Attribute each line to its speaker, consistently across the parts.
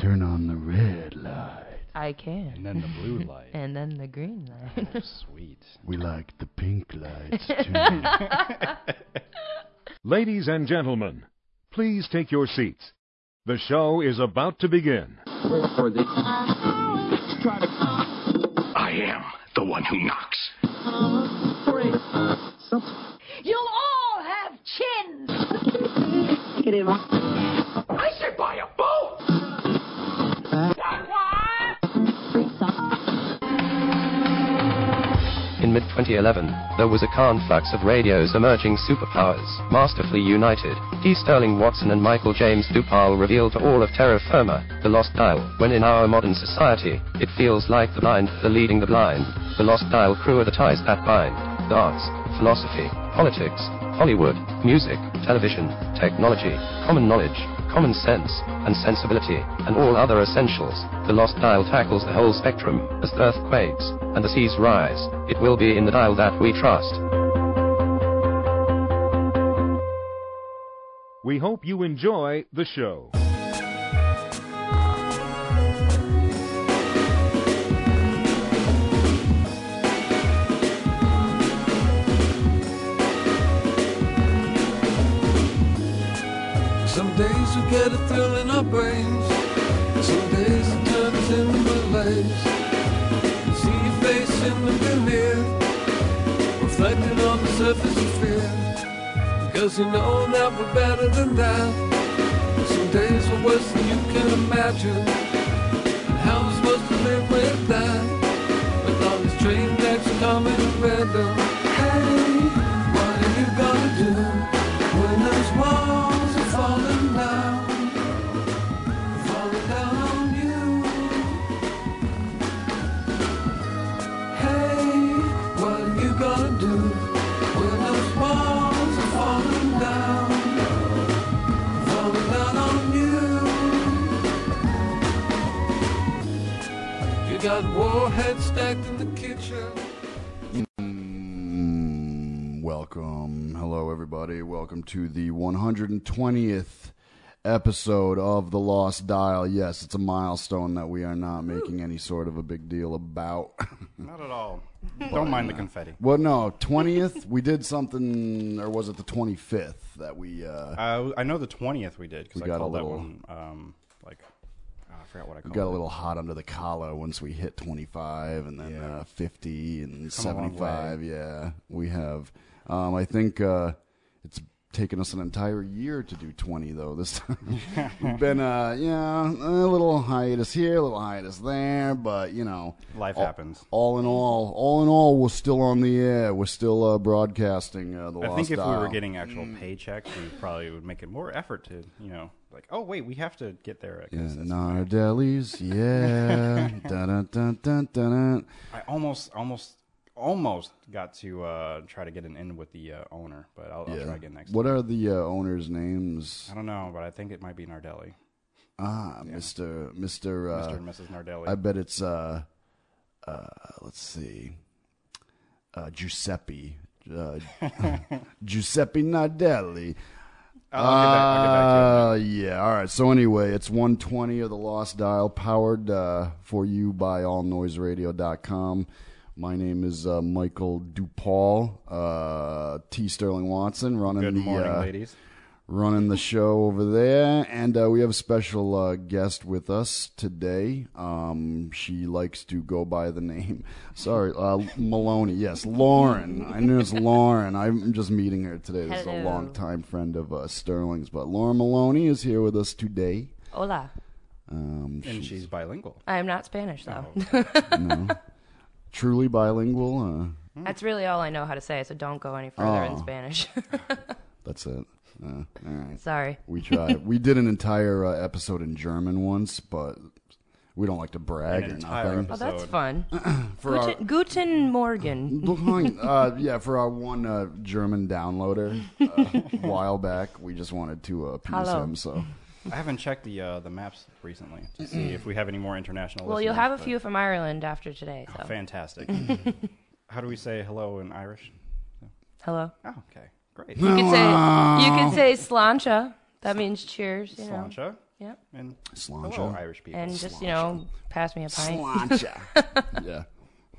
Speaker 1: turn on the red light.
Speaker 2: I can.
Speaker 3: And then the blue light.
Speaker 2: And then the green light.
Speaker 3: Oh, sweet.
Speaker 1: We like the pink lights too.
Speaker 4: Ladies and gentlemen, please take your seats. The show is about to begin.
Speaker 5: I am the one who knocks.
Speaker 6: You'll all have chins.
Speaker 5: I should buy a boat!
Speaker 7: In mid 2011, there was a conflux of radio's emerging superpowers, masterfully united. D. Sterling Watson and Michael James Dupal revealed to all of terra firma, the lost dial, when in our modern society, it feels like the blind are leading the blind. The lost dial crew are the ties that bind. The arts, philosophy, politics, Hollywood, music, television, technology, common knowledge, common sense, and sensibility, and all other essentials. The Lost Dial tackles the whole spectrum. As the earth quakes, and the seas rise, it will be in the dial that we trust.
Speaker 4: We hope you enjoy the show.
Speaker 8: Some days we get a thrill in our brains. Some days it turns into malaise. See your face in the mirror, reflected on the surface of fear. Cause you know now we're better than that. Some days are worse than you can imagine. And how we're supposed to live with that. With all these train wrecks coming in random. Hey, what are you gonna do when those walls are falling down? Falling down on you. Hey, what are you gonna do when those walls are falling down? Falling down on you. You got warheads stacked in the kitchen.
Speaker 1: Mm, welcome. Hello, everybody. Welcome to the 120th episode of The Lost Dial. Yes, it's a milestone that we are not making any sort of a big deal about.
Speaker 3: Not at all. Don't mind the confetti.
Speaker 1: well, no, 20th? we did something, or was it the 25th that we. Uh,
Speaker 3: Uh, I know the twentieth we did because
Speaker 1: We
Speaker 3: I
Speaker 1: got a
Speaker 3: called
Speaker 1: little-
Speaker 3: that one um, like oh, I forgot what I called.
Speaker 1: Got a
Speaker 3: it.
Speaker 1: little hot under the collar once we hit 25 and then uh, 50 and
Speaker 3: Come a long
Speaker 1: 75. Yeah, we have. Um, I think uh, it's taken us an entire year to do 20, though, this time. We've been, uh, yeah, a little hiatus here, a little hiatus there, but, you know.
Speaker 3: Life
Speaker 1: all-
Speaker 3: happens.
Speaker 1: All in all, all in all, we're still on the air. We're still uh, broadcasting uh, the
Speaker 3: I
Speaker 1: Lost
Speaker 3: think if we were
Speaker 1: Dial.
Speaker 3: getting actual paychecks, we probably would make it more effort to you know like oh wait we have to get there. at
Speaker 1: Yeah,
Speaker 3: this-
Speaker 1: Nardellis, yeah. dun, dun, dun, dun, dun, dun.
Speaker 3: I almost almost almost got to uh, try to get an in with the uh, owner, but I'll, I'll try again next.
Speaker 1: What
Speaker 3: time.
Speaker 1: are the uh, owners' names?
Speaker 3: I don't know, but I think it might be Nardelli,
Speaker 1: Ah, Mister Mister. Uh,
Speaker 3: Mr. and Mrs. Nardelli.
Speaker 1: I bet it's. Uh, uh, let's see. Uh, Giuseppe. Uh, Giuseppe Nardelli.
Speaker 3: Oh, I'll
Speaker 1: Uh, yeah. All right. So anyway, it's 120 of the Lost Dial, powered uh, for you by AllNoiseRadio.com. My name is uh, Michael DuPaul, uh, T. Sterling Watson, running
Speaker 3: Good
Speaker 1: the
Speaker 3: morning,
Speaker 1: uh,
Speaker 3: ladies.
Speaker 1: running the show over there, and uh, we have a special uh, guest with us today. Um, she likes to go by the name. Sorry, uh, Maloney. Yes, Lauren. I knew it's Lauren. I'm just meeting her today. This is a
Speaker 2: Hello.
Speaker 1: longtime friend of uh, Sterling's, but Lauren Maloney is here with us today.
Speaker 2: Hola.
Speaker 1: Um,
Speaker 3: And she's bilingual.
Speaker 2: I am not Spanish, though.
Speaker 3: Oh.
Speaker 1: truly bilingual. Uh,
Speaker 3: Hmm.
Speaker 2: That's really all I know how to say, so don't go any further
Speaker 3: Oh.
Speaker 2: in Spanish.
Speaker 1: that's it. Uh, all right.
Speaker 2: Sorry.
Speaker 1: We tried. we did an entire uh, episode in German once, but we don't like to brag
Speaker 3: An
Speaker 1: or
Speaker 3: entire
Speaker 1: nothing.
Speaker 2: Oh,
Speaker 3: episode.
Speaker 2: that's fun.
Speaker 1: For our-
Speaker 2: Guten, Guten Morgen.
Speaker 1: Behind- uh, yeah, for our one uh, German downloader uh, a while back, we just wanted to uh, appease
Speaker 2: Hello.
Speaker 1: him. So
Speaker 3: I haven't checked the uh, the maps recently to see if we have any more international.
Speaker 2: Well, you'll
Speaker 3: listeners,
Speaker 2: have a
Speaker 3: but-
Speaker 2: few from Ireland after today, so.
Speaker 3: Fantastic. How do we say hello in Irish?
Speaker 2: Hello.
Speaker 3: Oh, okay, great. Oh.
Speaker 2: You could say, you could say slancha. That means cheers, you know.
Speaker 3: Sláinte.
Speaker 2: Yep.
Speaker 3: And
Speaker 1: Sláinte.
Speaker 3: hello, Irish people.
Speaker 2: And just, you know, pass me a pint.
Speaker 1: Sláinte. yeah.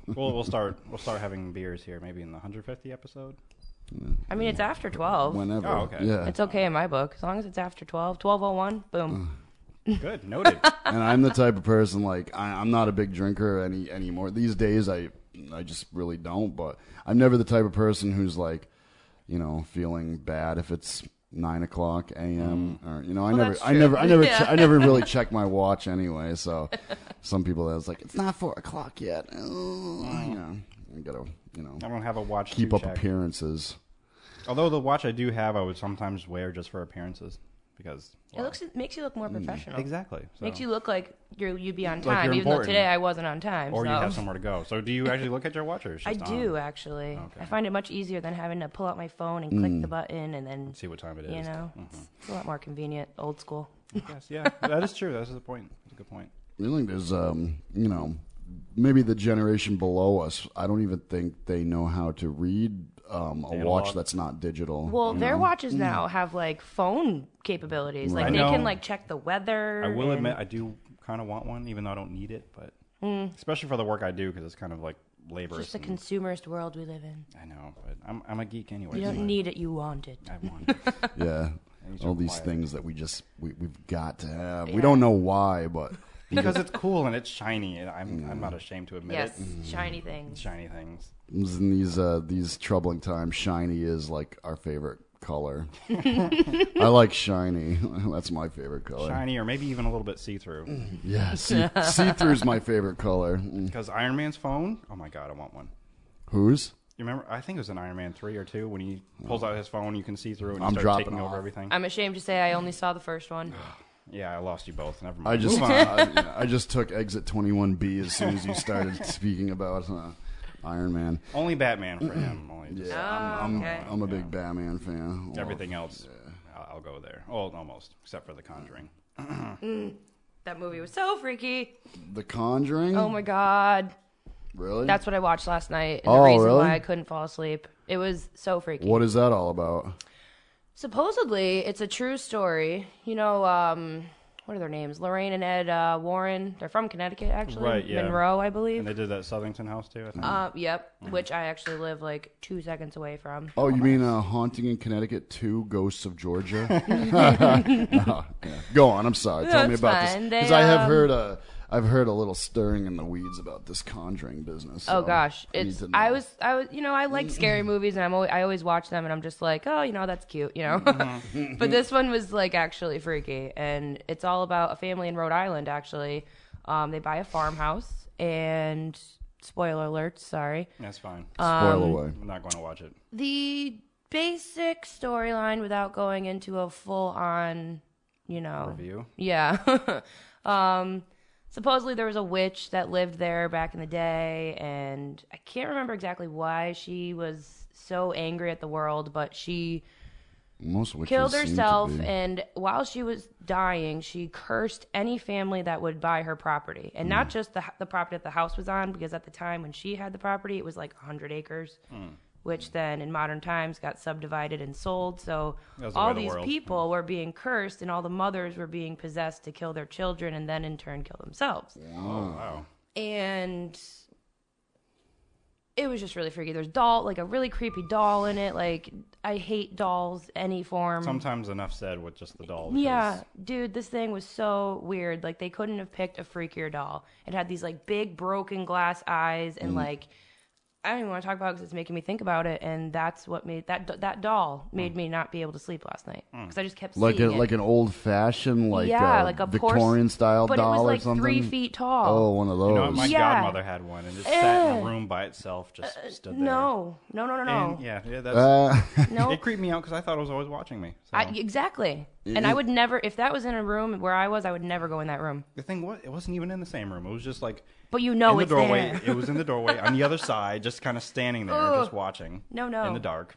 Speaker 3: we'll we'll start we'll start having beers here maybe in the 150 episode.
Speaker 2: I mean, it's after 12.
Speaker 1: Whenever.
Speaker 3: Oh, okay.
Speaker 1: Yeah.
Speaker 2: It's okay in my book. As long as it's after 12, 1201, boom.
Speaker 3: Good, noted.
Speaker 1: and I'm the type of person like I, I'm not a big drinker any anymore. These days, I I just really don't. But I'm never the type of person who's like, you know, feeling bad if it's nine o'clock a.m. or you know, I never,
Speaker 2: that's
Speaker 1: I
Speaker 2: true.
Speaker 1: never, I never,
Speaker 2: Yeah.
Speaker 1: che- I never really check my watch anyway. So some people that's like, it's not four o'clock yet. Oh, you know, I gotta, you know,
Speaker 3: I don't have a watch.
Speaker 1: keep
Speaker 3: to
Speaker 1: up
Speaker 3: check.
Speaker 1: appearances.
Speaker 3: Although the watch I do have, I would sometimes wear just for appearances because
Speaker 2: It looks it makes you look
Speaker 3: Mm.
Speaker 2: more professional.
Speaker 3: exactly so.
Speaker 2: Makes you look like you're, you'd be on
Speaker 3: you're
Speaker 2: time, even though
Speaker 3: important.
Speaker 2: today I wasn't on time.
Speaker 3: or
Speaker 2: so.
Speaker 3: you have somewhere to go. So do you actually look at your watch? Or it's
Speaker 2: I
Speaker 3: just
Speaker 2: do,
Speaker 3: on?
Speaker 2: actually.
Speaker 3: Okay. Mm.
Speaker 2: I find it much easier than having to pull out my phone and click the button and then,
Speaker 3: See what time it is. Mm-hmm.
Speaker 2: you know, it's, it's a lot more convenient, old school.
Speaker 3: Yes, yeah, that is true. That's the point. That's a good point.
Speaker 1: I think there's, um, you know, maybe the generation below us. I don't even think they know how to read um, a watch that's not digital.
Speaker 2: Well, their
Speaker 3: Mm-hmm.
Speaker 2: watches
Speaker 3: Mm.
Speaker 2: now have like phone capabilities. Like
Speaker 1: Right.
Speaker 2: they
Speaker 3: I
Speaker 2: can
Speaker 3: know.
Speaker 2: like check the weather.
Speaker 3: I will
Speaker 2: and-
Speaker 3: admit, I do kind of want one, even though I don't need it, but especially for the work I do, because it's kind of like labor.
Speaker 2: Mm. just the consumerist world we live in.
Speaker 3: I know, but I'm I'm a geek anyway.
Speaker 2: You don't need it, you want it.
Speaker 3: I want. it.
Speaker 1: yeah,
Speaker 3: these
Speaker 1: all
Speaker 3: are
Speaker 1: these
Speaker 3: quiet.
Speaker 1: things that we just we, we've got to have. We don't know why, but
Speaker 3: because it's cool and it's shiny, and I'm I'm
Speaker 1: Mm.
Speaker 3: not ashamed to admit
Speaker 2: Yes,
Speaker 3: it. Mm.
Speaker 2: shiny things.
Speaker 3: Shiny things.
Speaker 1: in these uh, these troubling times, shiny is like our favorite color. I like shiny. that's my favorite color.
Speaker 3: Shiny, or maybe even a little bit see through.
Speaker 1: Yeah, see through is my favorite color. Mm.
Speaker 3: Because Iron Man's phone. Oh my god, I want one.
Speaker 1: Whose?
Speaker 3: You remember? I think it was in Iron Man three or two when he pulls out his phone, you can see through, and
Speaker 1: Oh. I'm
Speaker 3: he starts
Speaker 1: dropping
Speaker 3: taking
Speaker 1: off.
Speaker 3: over everything.
Speaker 2: I'm ashamed to say I only saw the first one.
Speaker 3: yeah, I lost you both. Never
Speaker 1: I
Speaker 3: mind.
Speaker 1: just I, I just took exit 21B as soon as you started speaking about uh, Iron Man.
Speaker 3: only Batman for him. Only just
Speaker 2: Oh.
Speaker 1: I'm,
Speaker 2: okay.
Speaker 1: I'm a big Batman fan.
Speaker 3: everything else. I'll, I'll go there. Oh, almost, except for The Conjuring.
Speaker 2: That movie was so freaky.
Speaker 1: The Conjuring?
Speaker 2: Oh my god.
Speaker 1: really?
Speaker 2: That's what I watched last night. And
Speaker 1: Oh,
Speaker 2: the reason
Speaker 1: really?
Speaker 2: why I couldn't fall asleep. It was so freaky.
Speaker 1: what is that all about?
Speaker 2: Supposedly, it's a true story. You know, um, what are their names? Lorraine and Ed uh, Warren. They're from Connecticut, actually.
Speaker 3: Right, yeah.
Speaker 2: Monroe, I
Speaker 3: And
Speaker 2: believe.
Speaker 3: they Mm-hmm. did that Southington house too. I think.
Speaker 2: Uh, yep. Which I actually live like two seconds away from.
Speaker 1: Oh, you mean uh, Haunting in Connecticut 2, Ghosts of Georgia? No, yeah. Go on, I'm sorry. Tell me
Speaker 2: it's
Speaker 1: about
Speaker 2: fine.
Speaker 1: this.
Speaker 2: They,
Speaker 1: Because I have
Speaker 2: um,
Speaker 1: heard a, I've heard a little stirring in the weeds about this Conjuring business.
Speaker 2: Oh
Speaker 1: so
Speaker 2: gosh,
Speaker 1: I need
Speaker 2: it's
Speaker 1: to know.
Speaker 2: I was I was you know I like scary movies and I'm always, I always watch them and I'm just like oh you know that's cute you know,
Speaker 1: Mm-hmm.
Speaker 2: but this one was like actually freaky and it's all about a family in Rhode Island actually, um, they buy a farmhouse and spoiler alert sorry
Speaker 3: That's fine.
Speaker 2: uh, um,
Speaker 1: Spoil away.
Speaker 3: I'm not going to watch it.
Speaker 2: mm. the basic storyline without going into a full on you know
Speaker 3: Review.
Speaker 2: yeah. um, supposedly there was a witch that lived there back in the day, and I can't remember exactly why she was so angry at the world, but she
Speaker 1: Most witches
Speaker 2: killed
Speaker 1: seem to
Speaker 2: herself
Speaker 1: be.
Speaker 2: and while she was dying she cursed any family that would buy her property and
Speaker 3: Mm.
Speaker 2: not just the, the property that the house was on because at the time when she had the property it was like 100 acres
Speaker 3: Mm.
Speaker 2: which then in modern times got subdivided and sold so
Speaker 3: That's the way
Speaker 2: all
Speaker 3: of the
Speaker 2: these
Speaker 3: world. Mm.
Speaker 2: people were being cursed and all the mothers were being possessed to kill their children and then in turn kill themselves
Speaker 3: Oh wow.
Speaker 2: and it was just really freaky there's doll like a really creepy doll in it like i hate dolls any form
Speaker 3: Sometimes enough said with just the doll.
Speaker 2: yeah,
Speaker 3: because
Speaker 2: dude, this thing was so weird. Like they couldn't have picked a freakier doll. It had these like big broken glass eyes and
Speaker 1: Mm-hmm.
Speaker 2: like I don't even want to talk about it because it's making me think about it. And that's what made that that doll made me not be able to sleep last night because I just kept
Speaker 1: Mm. Like, a,
Speaker 2: seeing it.
Speaker 1: like an old fashioned, like,
Speaker 2: yeah,
Speaker 1: uh,
Speaker 2: like a porce-
Speaker 1: Victorian style
Speaker 2: but
Speaker 1: doll
Speaker 2: it was like
Speaker 1: or something.
Speaker 2: three feet
Speaker 1: Oh,
Speaker 2: tall.
Speaker 1: one of
Speaker 3: You
Speaker 1: those.
Speaker 3: know, what? my
Speaker 2: Yeah. Uh,
Speaker 3: godmother had one, and it sat in a room by itself, just stood there.
Speaker 2: no, no, no, no, no,
Speaker 3: And yeah, yeah, that's.
Speaker 1: Uh,
Speaker 2: no.
Speaker 3: it creeped me out because I thought it was always watching me. So.
Speaker 2: I, exactly. And I would never, if that was in a room where I was, I would never go in that room.
Speaker 3: the thing was, it wasn't even in the same room. It was just like
Speaker 2: But you know
Speaker 3: in the
Speaker 2: it's
Speaker 3: doorway.
Speaker 2: there.
Speaker 3: It was in the doorway on the other side, just kind of standing there, just watching.
Speaker 2: No, no.
Speaker 3: In the dark.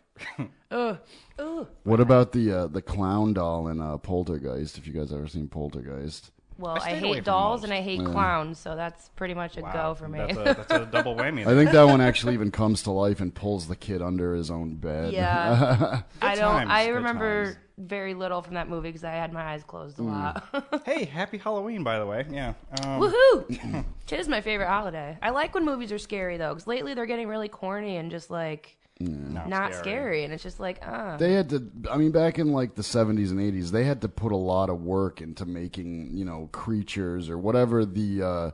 Speaker 1: what about the uh, the clown doll in uh, Poltergeist? If you guys ever seen Poltergeist,
Speaker 2: Well, I,
Speaker 3: stayed away
Speaker 2: hate
Speaker 3: from
Speaker 2: dolls
Speaker 3: most.
Speaker 2: and I hate clowns, so that's pretty much a
Speaker 3: Wow.
Speaker 2: go for me.
Speaker 3: That's a, that's a double whammy.
Speaker 1: I think that one actually even comes to life and pulls the kid under his own bed.
Speaker 2: Yeah. I don't
Speaker 3: times,
Speaker 2: I
Speaker 3: good
Speaker 2: remember
Speaker 3: times. Mm.
Speaker 2: very little from that movie because I had my eyes closed a lot.
Speaker 3: Hey, happy Halloween, by the way. Yeah. Um,
Speaker 2: Woohoo! It is my favorite holiday. I like when movies are scary though, because lately they're getting really corny and just like
Speaker 3: not,
Speaker 2: not scary. and it's just like, uh.
Speaker 1: They had to. I mean, back in like the seventies and eighties, they had to put a lot of work into making you know creatures or whatever the uh,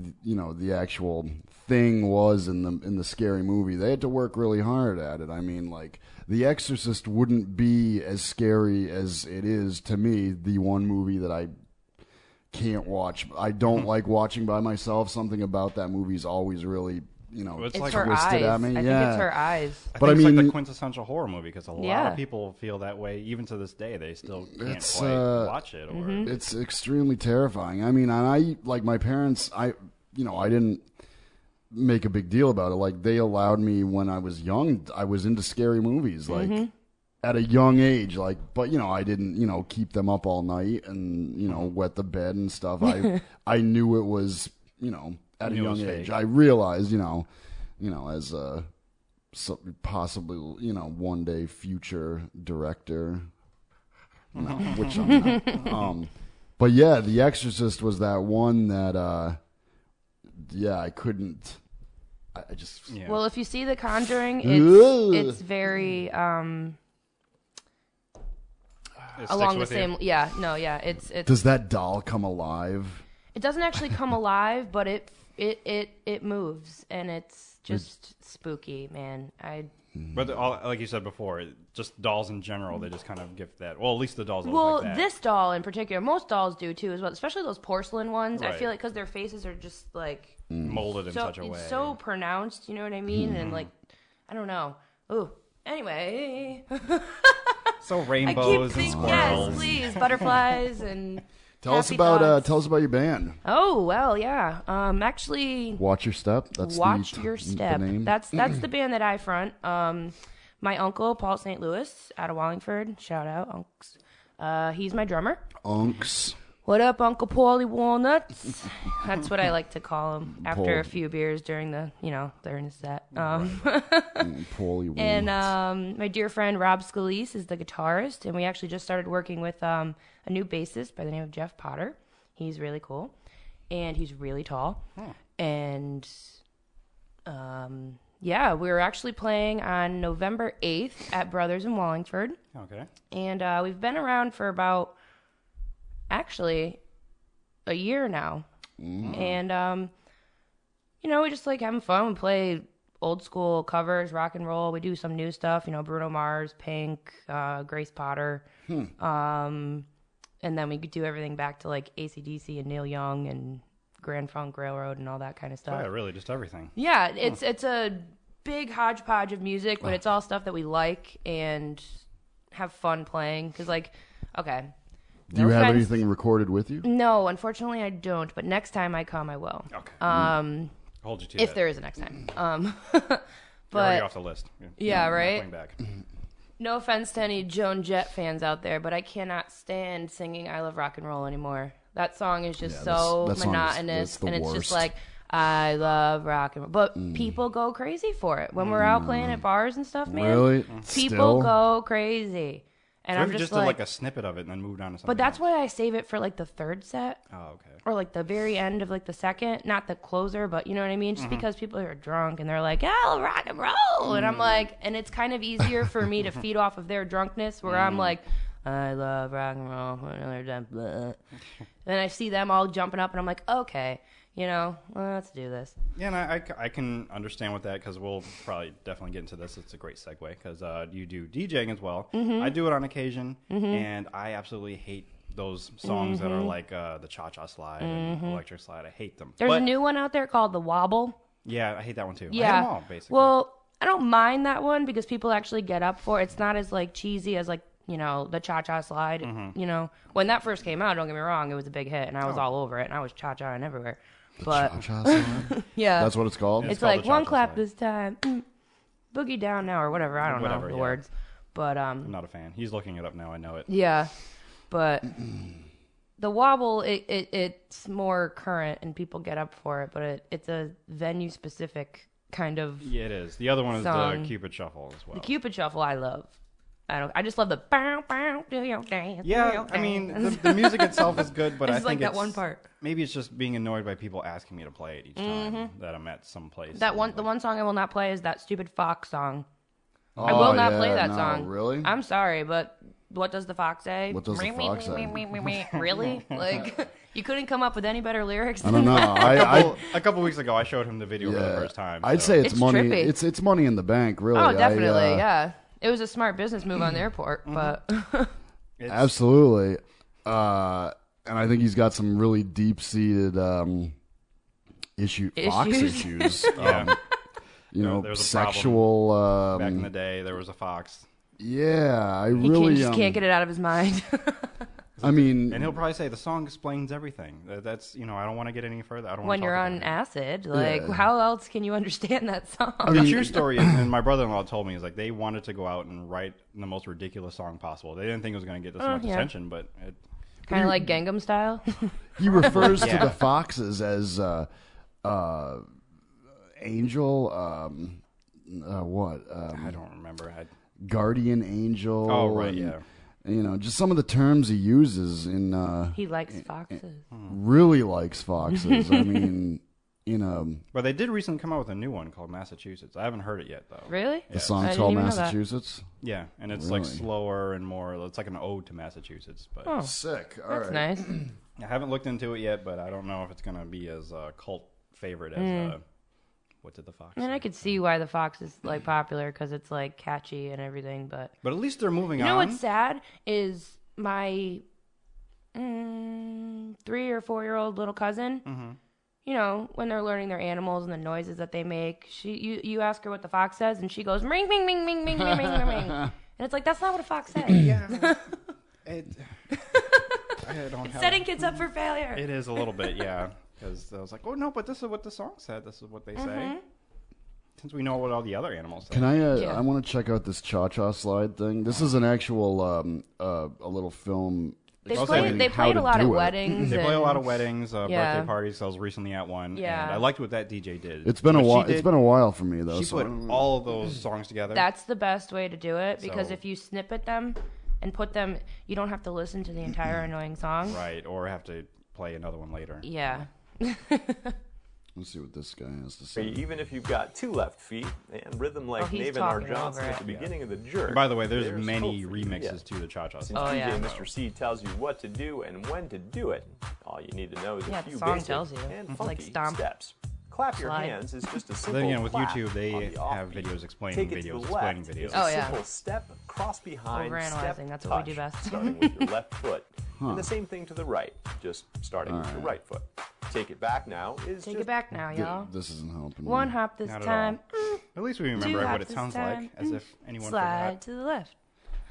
Speaker 1: th- you know the actual thing was in the in the scary movie. They had to work really hard at it. I mean, like The Exorcist wouldn't be as scary as it is to me. The one movie that I can't watch. I don't like watching by myself. Something about that movie's always really you know.
Speaker 3: Well, it's
Speaker 2: It's
Speaker 3: like
Speaker 2: her eyes.
Speaker 1: twisted at me,
Speaker 2: I think
Speaker 1: yeah.
Speaker 2: it's her eyes.
Speaker 3: I
Speaker 1: But
Speaker 3: think
Speaker 1: I
Speaker 3: it's like
Speaker 1: mean-
Speaker 3: the quintessential horror movie because a lot
Speaker 2: Yeah.
Speaker 3: of people feel that way even to this day. They still can't
Speaker 1: It's,
Speaker 3: quite
Speaker 1: uh,
Speaker 3: watch it or
Speaker 2: Mm-hmm.
Speaker 1: it's extremely terrifying. I mean, and I like my parents. I you know I didn't make a big deal about it. Like they allowed me when I was young. I was into scary movies. Like.
Speaker 3: Mm-hmm.
Speaker 1: At a young age, like, but you know, I didn't, you know, keep them up all night and you
Speaker 3: Mm-hmm.
Speaker 1: know, wet the bed and stuff. I, I knew it was, you know, at a
Speaker 3: Knew it was
Speaker 1: young
Speaker 3: fake.
Speaker 1: age. I realized, you know, you know, as a so possibly, you know, one day future director, no, which I'm not. Um, but yeah, The Exorcist was that one that, uh, yeah, I couldn't. I I just
Speaker 3: Yeah.
Speaker 2: Well, if you see The Conjuring,
Speaker 1: Ugh.
Speaker 2: it's it's very um
Speaker 3: It sticks
Speaker 2: along the
Speaker 3: with you.
Speaker 2: same. Yeah, no, yeah, it's it's
Speaker 1: does that doll come alive?
Speaker 2: it doesn't actually come alive, but it it it it moves and it's just spooky, man. I
Speaker 3: But the- all, like you said before, just dolls in general, they just kind of give that. Well, at least the dolls. that look
Speaker 2: well,
Speaker 3: like that.
Speaker 2: this doll in particular, most dolls do too as well, especially those porcelain ones. I
Speaker 3: Right.
Speaker 2: feel like because their faces are just like
Speaker 1: Mm,
Speaker 3: molded in
Speaker 2: so
Speaker 3: such a way.
Speaker 2: it's so pronounced, you know what I mean?
Speaker 1: Mm-hmm.
Speaker 2: And like, I don't know. Ooh. Anyway,
Speaker 3: so
Speaker 2: I keep
Speaker 3: rainbows and
Speaker 2: thinking yes,
Speaker 3: squirrels.
Speaker 2: please, butterflies and
Speaker 1: Tell us
Speaker 2: happy
Speaker 1: about uh,
Speaker 2: thoughts.
Speaker 1: tell us about your band.
Speaker 2: Oh well, yeah. Um, actually,
Speaker 1: Watch your step. That's
Speaker 2: watch
Speaker 1: the,
Speaker 2: your
Speaker 1: the
Speaker 2: step.
Speaker 1: name.
Speaker 2: That's that's the band that I front. Um, my uncle Paul St. Louis out of Wallingford. Shout out, Unks. Uh, he's my drummer.
Speaker 1: Unks.
Speaker 2: What up, Uncle Paulie Walnuts? That's what I like to call him after
Speaker 1: Paul.
Speaker 2: a few beers during the you know during the set. Um,
Speaker 1: Mm, Paulie
Speaker 2: and
Speaker 1: Walnuts.
Speaker 2: um, my dear friend Rob Scalise is the guitarist, and we actually just started working with um, a new bassist by the name of Jeff Potter. He's really cool, and he's really tall. And um, yeah, we were actually playing on November 8th at Brothers in Wallingford,
Speaker 3: Okay.
Speaker 2: and uh, we've been around for about actually a year now. And um, you know, we just like having fun. We play old school covers, rock and roll. We do some new stuff, you know, Bruno Mars, Pink, uh, Grace Potter. Um, and then we could do everything back to like ACDC and Neil Young and Grand Funk Railroad and all that kind of stuff.
Speaker 3: Yeah, really, just everything.
Speaker 2: Yeah, it's it's a big hodgepodge of music, but it's all stuff that we like and have fun playing. Cause like, okay,
Speaker 1: Do you have
Speaker 2: friends.
Speaker 1: anything recorded with you?
Speaker 2: no, unfortunately I don't. But next time I come, I will.
Speaker 3: Okay. Um, hold you to
Speaker 2: If
Speaker 3: that.
Speaker 2: there is a next time.
Speaker 1: Mm.
Speaker 2: Um,
Speaker 3: You're already
Speaker 2: but
Speaker 3: off the list. You're-
Speaker 2: Yeah,
Speaker 3: you're not
Speaker 2: right?
Speaker 3: Going back.
Speaker 2: no offense to any Joan Jett fans out there, but I cannot stand singing "I Love Rock and Roll" anymore. That song is just
Speaker 1: Yeah, that's-
Speaker 2: so
Speaker 1: that song is-
Speaker 2: monotonous,
Speaker 1: that's the
Speaker 2: and it's
Speaker 1: worst. Mm.
Speaker 2: just like I love rock and roll. But people go crazy for it when we're out playing at bars and stuff, man.
Speaker 1: Really?
Speaker 2: People
Speaker 1: Still?
Speaker 2: go crazy, and
Speaker 3: What
Speaker 2: I'm
Speaker 3: if you
Speaker 2: just,
Speaker 3: just
Speaker 2: like,
Speaker 3: did like a snippet of it and then moved on to something.
Speaker 2: but that's
Speaker 3: else?
Speaker 2: why I save it for like the third set
Speaker 3: Oh, okay.
Speaker 2: or like the very end of like the second, not the closer, but you know what I mean? Just
Speaker 3: Mm-hmm.
Speaker 2: because people are drunk and they're like, oh, rock and roll. And I'm
Speaker 3: Mm.
Speaker 2: like, and it's kind of easier for me to feed off of their drunkenness where
Speaker 3: Mm.
Speaker 2: I'm like, I love rock and roll. Another time. blah." Then I see them all jumping up and I'm like, okay, you know, let's do this.
Speaker 3: Yeah, and I, I c- I can understand with that because we'll probably definitely get into this. It's a great segue because uh, you do DJing as well.
Speaker 2: Mm-hmm.
Speaker 3: I do it on occasion, and I absolutely hate those songs that
Speaker 2: Mm-hmm.
Speaker 3: are like uh, the Cha Cha Slide and Electric Slide. I hate them.
Speaker 2: There's
Speaker 3: But-
Speaker 2: a new one out there called The Wobble.
Speaker 3: Yeah, I hate that one too. I
Speaker 2: Yeah.
Speaker 3: hate them all, basically.
Speaker 2: Well, I don't mind that one because people actually get up for it. It's not as like cheesy as like you know the cha cha slide.
Speaker 3: Mm-hmm.
Speaker 2: You know when that first came out, don't get me wrong, it was a big hit, and I was
Speaker 3: Oh.
Speaker 2: all over it, and I was cha cha and everywhere. But
Speaker 1: Cha-cha slide?
Speaker 2: yeah,
Speaker 1: That's what it's called.
Speaker 2: it's,
Speaker 3: It's called
Speaker 2: like
Speaker 3: the
Speaker 2: one
Speaker 3: cha-cha
Speaker 2: clap
Speaker 3: slide.
Speaker 2: this time, mm, boogie down now or whatever. I don't know
Speaker 3: Whatever,
Speaker 2: the
Speaker 3: yeah.
Speaker 2: words, but um,
Speaker 3: I'm not a fan. He's looking it up now. I know it.
Speaker 2: yeah, but the wobble it, it it's more current and people get up for it, but it, it's a venue specific kind of
Speaker 3: Yeah, it is. The other one is
Speaker 2: Song.
Speaker 3: the Cupid Shuffle as well.
Speaker 2: The Cupid Shuffle I love. I don't. I just love the bow bow do your dance. do
Speaker 3: Yeah,
Speaker 2: your
Speaker 3: I mean,
Speaker 2: dance.
Speaker 3: the, the music itself is good, but
Speaker 2: I
Speaker 3: I,
Speaker 2: just like
Speaker 3: think
Speaker 2: that
Speaker 3: it's-
Speaker 2: one part. Mm-hmm.
Speaker 3: Maybe it's just being annoyed by people asking me to play it each time that I'm at some place.
Speaker 2: that
Speaker 3: and,
Speaker 2: one. The
Speaker 3: like,
Speaker 2: one song I will not play is that stupid fox song.
Speaker 1: Oh,
Speaker 2: I will not
Speaker 1: yeah,
Speaker 2: play that
Speaker 1: no,
Speaker 2: song.
Speaker 1: Really?
Speaker 2: I'm sorry, but what does the fox say?
Speaker 1: What does the fox say?
Speaker 2: really? Like, you couldn't come up with any better lyrics.
Speaker 1: I
Speaker 2: than
Speaker 1: don't know.
Speaker 2: that?
Speaker 1: I, I
Speaker 3: Well, a couple weeks ago, I showed him the video for the first time.
Speaker 1: I'd
Speaker 3: so-
Speaker 1: say it's,
Speaker 2: It's
Speaker 1: money.
Speaker 2: trippy.
Speaker 1: It's it's money in the bank, really.
Speaker 2: Oh,
Speaker 1: I,
Speaker 2: definitely.
Speaker 1: uh,
Speaker 2: yeah. It was a smart business move on their part,
Speaker 3: Mm-hmm.
Speaker 2: but
Speaker 1: Absolutely. Uh, and I think he's got some really deep seated um, issue, Fox
Speaker 2: Issues.
Speaker 1: issues. Uh,
Speaker 3: yeah.
Speaker 1: you know,
Speaker 3: there's a
Speaker 1: sexual.
Speaker 3: back in
Speaker 1: Um,
Speaker 3: the day, there was a fox,
Speaker 1: yeah, I
Speaker 2: he
Speaker 1: really.
Speaker 2: can, just
Speaker 1: um,
Speaker 2: can't get it out of his mind.
Speaker 1: I mean,
Speaker 3: and he'll probably say the song explains everything. That- That's you know, I don't want to get any further. I don't.
Speaker 2: when
Speaker 3: wanna
Speaker 2: you're
Speaker 3: talk about
Speaker 2: on
Speaker 3: it.
Speaker 2: acid, like, how else can you understand that song?
Speaker 3: the true story is, and my brother-in-law told me is like they wanted to go out and write the most ridiculous song possible. They didn't think it was going to get this
Speaker 2: Oh,
Speaker 3: much
Speaker 2: yeah.
Speaker 3: attention, but it,
Speaker 2: kind of like Gangnam Style.
Speaker 1: he refers
Speaker 3: Yeah.
Speaker 1: to the foxes as uh, uh, angel. Um, uh, what? Um,
Speaker 3: I don't remember. I,
Speaker 1: guardian angel.
Speaker 3: Oh, right,
Speaker 1: and,
Speaker 3: yeah.
Speaker 1: You know, just some of the terms he uses in. Uh,
Speaker 2: he likes foxes.
Speaker 1: really likes foxes. I mean, um, you know,
Speaker 3: but they did recently come out with a new one called Massachusetts. I haven't heard it yet though.
Speaker 2: Really?
Speaker 1: the
Speaker 2: I
Speaker 1: song's
Speaker 2: didn't
Speaker 1: called
Speaker 2: even Uh, know that.
Speaker 1: Massachusetts.
Speaker 3: Yeah, and it's like
Speaker 1: Really?
Speaker 3: slower and more. It's like an ode to Massachusetts, but
Speaker 1: Sick. All right.
Speaker 2: That's nice.
Speaker 3: I haven't looked into it yet. But I don't know if it's gonna be as uh, cult favorite as uh, what did the fox?
Speaker 2: And
Speaker 3: say?
Speaker 2: Hmm. I could see why the fox is like popular because it's like catchy and everything. But
Speaker 3: But at least they're moving
Speaker 2: you know
Speaker 3: on.
Speaker 2: what's sad is my mm, three or four year old little cousin.
Speaker 3: Mm-hmm.
Speaker 2: You know when they're learning their animals and the noises that they make. She you you ask her what the fox says and she goes ring ring ring ring ring ring ring ring ring. And it's like that's not what a fox says.
Speaker 3: It, I don't have.
Speaker 2: Setting kids up for failure.
Speaker 3: It is a little bit, yeah. Because I was like, oh no, but this is what the song said. This is what they say.
Speaker 2: Mm-hmm.
Speaker 3: Since we know what all the other animals say.
Speaker 1: Can I? Uh,
Speaker 2: Yeah.
Speaker 1: I want to check out this cha-cha slide thing. This is an actual, um, uh, a little film.
Speaker 2: they
Speaker 3: also
Speaker 2: played
Speaker 3: learning
Speaker 2: they
Speaker 1: how
Speaker 2: played
Speaker 1: to
Speaker 2: a lot
Speaker 1: do
Speaker 2: of
Speaker 1: it.
Speaker 2: weddings.
Speaker 3: they play a
Speaker 2: and-
Speaker 3: lot of weddings, uh,
Speaker 2: Yeah.
Speaker 3: birthday parties. I was recently at one. And
Speaker 2: Yeah.
Speaker 3: I liked what that DJ did.
Speaker 1: It's been a
Speaker 3: What she
Speaker 1: while.
Speaker 3: did,
Speaker 1: It's been a while for me though.
Speaker 3: She
Speaker 1: so
Speaker 3: put all of those songs together.
Speaker 2: That's the best way to do it because
Speaker 3: So-
Speaker 2: if you snippet them and put them, you don't have to listen to the entire annoying song.
Speaker 3: right, or have to play another one later.
Speaker 2: Yeah.
Speaker 1: Let's see what this guy has to say.
Speaker 9: Even if you've got two left feet, and rhythm like
Speaker 2: Oh, he's
Speaker 9: Naven R.
Speaker 2: talking
Speaker 9: Johnson
Speaker 2: over
Speaker 9: at the
Speaker 2: it.
Speaker 9: beginning of the jerk.
Speaker 3: By the way, there's,
Speaker 9: there's
Speaker 3: many
Speaker 9: hope for you.
Speaker 3: remixes
Speaker 9: Yeah.
Speaker 3: to the Cha Cha
Speaker 9: Since
Speaker 3: song.
Speaker 2: Oh,
Speaker 9: DJ
Speaker 2: yeah.
Speaker 9: Mr. C tells you what to do and when to do it, all you need to know is
Speaker 2: Yeah,
Speaker 9: a
Speaker 2: the
Speaker 9: few
Speaker 2: song
Speaker 9: basic
Speaker 2: tells you.
Speaker 9: and
Speaker 2: It's
Speaker 9: funky
Speaker 2: like stomp,
Speaker 9: steps. Clap your
Speaker 2: slide.
Speaker 9: hands is just a simple
Speaker 3: then again, with
Speaker 9: clap
Speaker 3: YouTube, they
Speaker 9: on the
Speaker 3: have
Speaker 9: offbeat.
Speaker 3: videos explaining
Speaker 9: Take it to
Speaker 3: videos
Speaker 9: the
Speaker 3: explaining
Speaker 9: left
Speaker 3: videos.
Speaker 9: is a
Speaker 2: Oh, yeah.
Speaker 9: simple step, cross behind, step,
Speaker 2: Overanalyzing, that's what we do
Speaker 9: touch,
Speaker 2: best.
Speaker 9: starting with your left foot. And the same thing to the right, just starting with your right foot. Take it back now is
Speaker 2: Take
Speaker 9: just
Speaker 2: it back now, y'all.
Speaker 1: This isn't helping. me.
Speaker 2: One hop this
Speaker 3: Not at
Speaker 2: time.
Speaker 3: At least we
Speaker 2: Two
Speaker 3: remember
Speaker 2: hops
Speaker 3: what it
Speaker 2: this
Speaker 3: sounds
Speaker 2: time.
Speaker 3: like, as
Speaker 2: Mm.
Speaker 3: if anyone
Speaker 2: Slide
Speaker 3: forgot.
Speaker 2: to the left.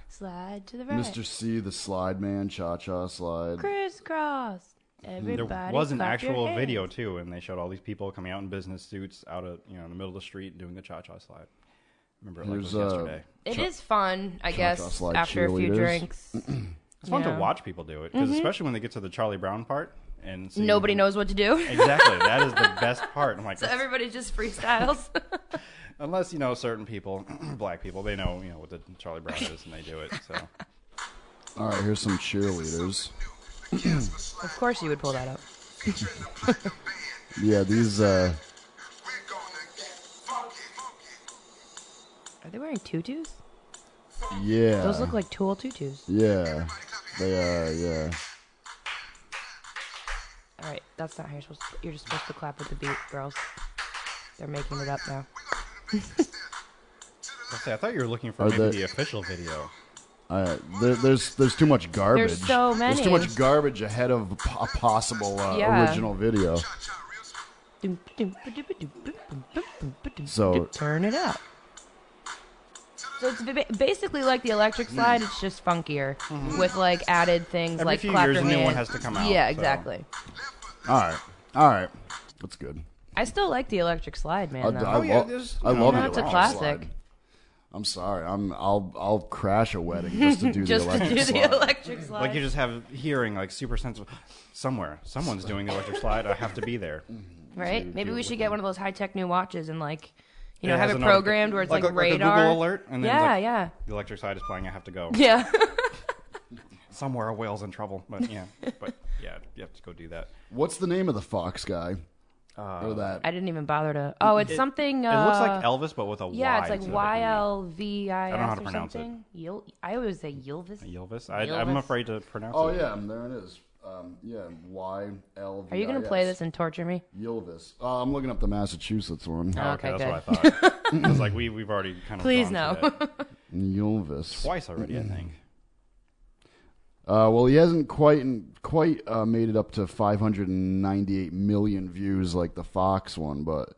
Speaker 2: Slide to the right.
Speaker 1: Mr. C, the slide man, cha-cha slide.
Speaker 2: Crisscross. Everybody.
Speaker 3: There was an
Speaker 2: clap your
Speaker 3: actual
Speaker 2: hands.
Speaker 3: video too, and they showed all these people coming out in business suits out of you know in the middle of the street doing the cha cha slide. Remember it like it was
Speaker 1: There's, uh,
Speaker 3: yesterday.
Speaker 2: It is fun, I guess,
Speaker 1: slide
Speaker 2: after a few
Speaker 1: cheerleaders.
Speaker 2: drinks.
Speaker 3: It's fun
Speaker 2: Yeah. Mm-hmm.
Speaker 3: to watch people do it because especially when they get to the Charlie Brown part and see-
Speaker 2: Nobody knows what to do.
Speaker 3: exactly. That is the best part. I'm like,
Speaker 2: so everybody just freestyles.
Speaker 3: unless you know certain people, black people, they know you know what the Charlie Brown is and they do it. So
Speaker 1: All right, here's some cheerleaders.
Speaker 2: of course you would pull that up.
Speaker 1: Yeah, these. Uh,
Speaker 2: Are they wearing tutus?
Speaker 1: yeah.
Speaker 2: Those look like tulle tutus.
Speaker 1: Yeah, they are. Yeah.
Speaker 2: All right, that's not how you're supposed. To, you're just supposed to clap with the beat, girls. They're making it up now.
Speaker 3: I, say, I thought you were looking for
Speaker 1: Are
Speaker 3: maybe
Speaker 1: they-
Speaker 3: the official video.
Speaker 1: Uh, there, there's there's too much garbage.
Speaker 2: so
Speaker 1: There's too
Speaker 2: many.
Speaker 1: much garbage ahead of p- a possible uh,
Speaker 2: Yeah.
Speaker 1: original video. So-
Speaker 2: turn it up. So it's ba- basically like the electric slide. It's just funkier with like added things
Speaker 3: Hmm. Every
Speaker 2: like
Speaker 3: few
Speaker 2: clap
Speaker 3: years,
Speaker 2: your
Speaker 3: a new one
Speaker 2: hands.
Speaker 3: has to come out,
Speaker 2: Yeah,
Speaker 3: so.
Speaker 2: exactly.
Speaker 1: All right, all right, that's good.
Speaker 2: I still like the electric slide, man.
Speaker 1: I,
Speaker 2: though.
Speaker 1: I,
Speaker 3: Oh, yeah,
Speaker 1: lo-
Speaker 3: there's-
Speaker 1: I
Speaker 3: no,
Speaker 1: love
Speaker 2: no,
Speaker 1: the
Speaker 2: it's a
Speaker 1: electric
Speaker 2: classic.
Speaker 1: slide. I'm sorry. I'm I'll I'll crash a wedding just to do
Speaker 2: just
Speaker 1: the
Speaker 2: to
Speaker 1: electric
Speaker 2: do
Speaker 1: slide.
Speaker 2: the electric slide.
Speaker 3: Like you just have hearing like super sensitive. Somewhere, someone's doing the electric slide. I have to be there.
Speaker 2: right? Maybe we should get one of those high tech new watches and like You know, have
Speaker 3: has
Speaker 2: it
Speaker 3: a notifi-
Speaker 2: programmed where it's like,
Speaker 3: a-
Speaker 2: radar.
Speaker 3: a Google alert, and then it's
Speaker 2: Yeah,
Speaker 3: like,
Speaker 2: yeah.
Speaker 3: the electric side is playing. I have to go
Speaker 2: Yeah.
Speaker 3: somewhere. A whale's in trouble, but yeah, but yeah, you have to go do that.
Speaker 1: What's the name of the fox guy?
Speaker 3: Uh,
Speaker 1: or that?
Speaker 2: I didn't even bother to. Oh, it's something.
Speaker 3: It
Speaker 2: Uh,
Speaker 3: looks like Elvis, but with a
Speaker 2: Yeah, it's
Speaker 3: Y
Speaker 2: like
Speaker 3: to the
Speaker 2: Y L V I S.
Speaker 3: I don't know how to
Speaker 2: or
Speaker 3: pronounce it.
Speaker 2: something. Yil- I always say Yilvis.
Speaker 3: beginning. Elvis. I, I'm
Speaker 2: Elvis.
Speaker 3: afraid to pronounce
Speaker 1: oh
Speaker 3: it.
Speaker 1: yeah, there it is. Um, yeah, Y L.
Speaker 2: Are you going to play this and torture me?
Speaker 1: Yilvis. Uh, I'm looking up the Massachusetts one.
Speaker 3: Oh,
Speaker 2: Okay,
Speaker 3: okay, that's
Speaker 2: good.
Speaker 3: what I thought. I was like, we we've already kind of
Speaker 2: Please
Speaker 3: gone
Speaker 2: no.
Speaker 3: through that
Speaker 1: Yilvis.
Speaker 3: twice already. I think.
Speaker 1: Uh, well, he hasn't quite quite uh, made it up to 598 million views like the Fox one, but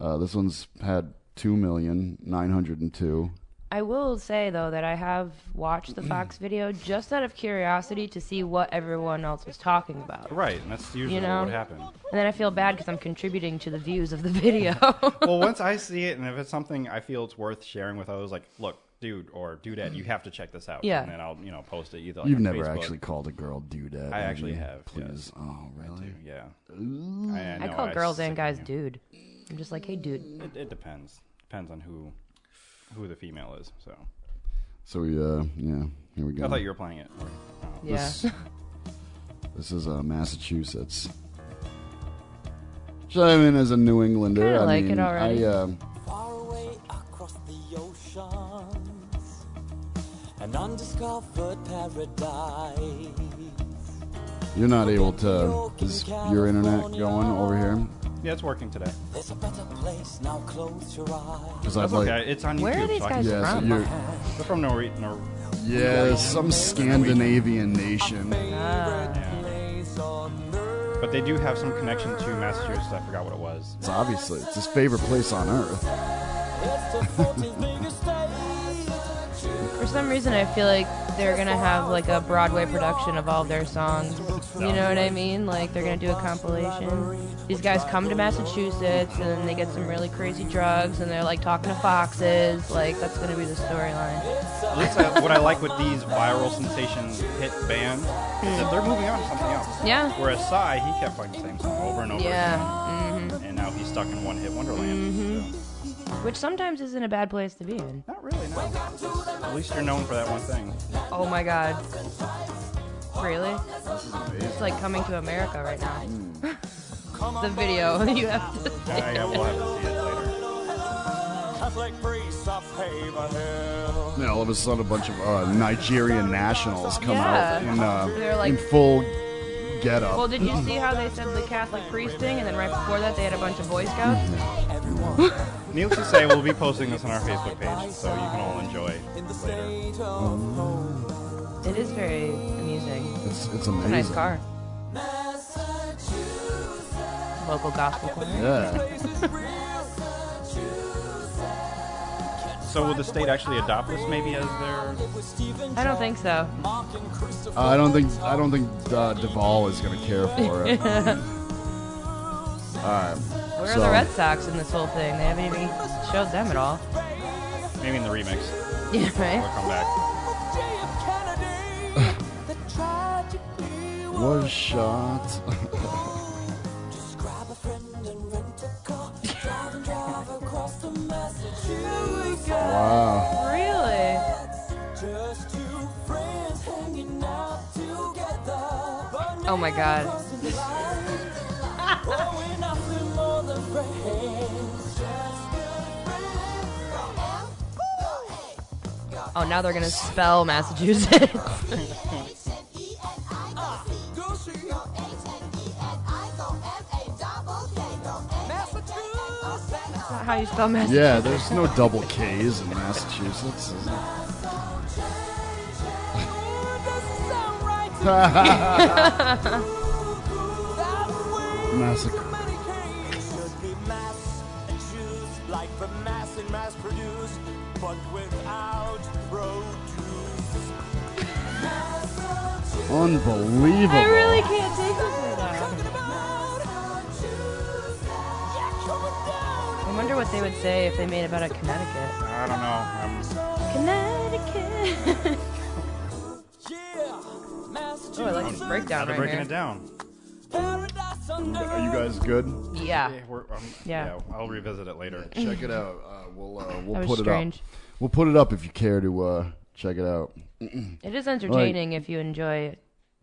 Speaker 1: uh, this one's had two million nine hundred and two.
Speaker 2: I will say though that I have watched the Fox video just out of curiosity to see what everyone else was talking about,
Speaker 3: Right, and that's usually
Speaker 2: know?
Speaker 3: what would happen.
Speaker 2: and then I feel bad because I'm contributing to the views of the video.
Speaker 3: well, once I see it, and if it's something I feel it's worth sharing with others, like, look, dude or dudette, you have to check this out.
Speaker 2: Yeah.
Speaker 3: and then I'll you know post it either. Like
Speaker 1: You've
Speaker 3: on
Speaker 1: never
Speaker 3: Facebook.
Speaker 1: actually called a girl dude that.
Speaker 3: I actually
Speaker 1: you?
Speaker 3: have,
Speaker 1: Please.
Speaker 3: yes.
Speaker 1: Oh, really?
Speaker 3: Yeah. I,
Speaker 2: I
Speaker 3: know,
Speaker 2: call girls and
Speaker 3: sick
Speaker 2: guys
Speaker 3: of you.
Speaker 2: dude. I'm just like, hey, dude.
Speaker 3: It, it depends. Depends on who who the female is. So
Speaker 1: So we, uh, yeah, here we go.
Speaker 3: I thought you were playing it. um,
Speaker 2: Yeah.
Speaker 1: This, this is uh, Massachusetts. Chime in as a New Englander.
Speaker 2: Kinda
Speaker 1: I
Speaker 2: like
Speaker 1: mean,
Speaker 2: it already.
Speaker 1: I, um,
Speaker 8: Far away across the oceans, an undiscovered paradise.
Speaker 1: you're not able to. Is your internet going over here?
Speaker 3: Yeah, it's working today.
Speaker 8: There's a better place now. Close your eyes.
Speaker 1: Because I'd
Speaker 3: That's
Speaker 1: like.
Speaker 3: okay. It's on YouTube.
Speaker 2: Where are these
Speaker 3: so I
Speaker 2: guys
Speaker 3: can-
Speaker 1: Yeah, so
Speaker 2: from?
Speaker 1: you're,
Speaker 3: They're from Norway. Nor-
Speaker 1: yeah, some Scandinavian nation.
Speaker 8: Place on earth.
Speaker 3: but they do have some connection to Massachusetts. I forgot what it was.
Speaker 1: It's obviously it's his favorite place on earth.
Speaker 8: It's the 14th biggest state.
Speaker 2: For some reason, I feel like they're gonna have like a Broadway production of all their songs. You know what I mean? Like they're gonna do a compilation. These guys come to Massachusetts and then they get some really crazy drugs and they're like talking to foxes. Like that's gonna be the storyline.
Speaker 3: At least uh, what I like with these viral sensation hit bands is that they're moving on to something else.
Speaker 2: Yeah.
Speaker 3: Whereas Psy, he kept playing the same song over and over
Speaker 2: Yeah. Mm-hmm.
Speaker 3: again, and now he's stuck in one hit wonderland. So.
Speaker 2: Which sometimes isn't a bad place to be in.
Speaker 3: Not really, no. At least you're known for that one thing.
Speaker 2: Oh my god. Really? It's like coming to America right now. the video you have to.
Speaker 3: I, I will have to see it later.
Speaker 8: Catholic priests of Haver Hill.
Speaker 1: Then all of a sudden, a bunch of uh, Nigerian nationals come out
Speaker 2: Yeah.
Speaker 1: in,
Speaker 2: They're
Speaker 1: uh,
Speaker 2: like-
Speaker 1: in full get up.
Speaker 2: Well, did you see how they said the Catholic priest thing, and then right before that they had a bunch of Boy Scouts?
Speaker 3: Needless to say, we'll be posting this on our Facebook page, so you can all enjoy later.
Speaker 8: State of
Speaker 2: It is very amusing.
Speaker 1: It's, it's
Speaker 2: It's a
Speaker 1: amazing.
Speaker 2: nice car. Local gospel choir.
Speaker 1: Yeah.
Speaker 3: So will the state actually adopt this maybe as their...
Speaker 2: I don't think so.
Speaker 1: Uh, I don't think I don't think uh, Duvall is gonna care for it. All right.
Speaker 2: Where
Speaker 1: So-
Speaker 2: are the Red Sox in this whole thing? They haven't even showed them at all.
Speaker 3: Maybe in the remix.
Speaker 2: Yeah,
Speaker 3: We'll
Speaker 2: right?
Speaker 3: come back.
Speaker 1: Was shot. wow.
Speaker 2: Really? Oh my god. Oh, now they're gonna spell Massachusetts. How you spell Massachusetts?
Speaker 1: Yeah, there's no double K's in Massachusetts. is there? Massacre. Unbelievable.
Speaker 2: I really can't take this right now. I wonder what they would say if they made about a Connecticut.
Speaker 3: I don't know.
Speaker 2: Connecticut. oh, I like this breakdown
Speaker 3: I'm,
Speaker 2: right
Speaker 3: they're breaking
Speaker 2: here.
Speaker 3: it down.
Speaker 1: Are you is good.
Speaker 2: Yeah.
Speaker 3: Yeah, we're, um,
Speaker 2: Yeah.
Speaker 3: yeah. I'll revisit it later.
Speaker 1: Check it out. Uh, we'll uh, we'll
Speaker 2: That was
Speaker 1: put it
Speaker 2: strange.
Speaker 1: up. We'll put it up if you care to uh, check it out.
Speaker 2: It is entertaining if you enjoy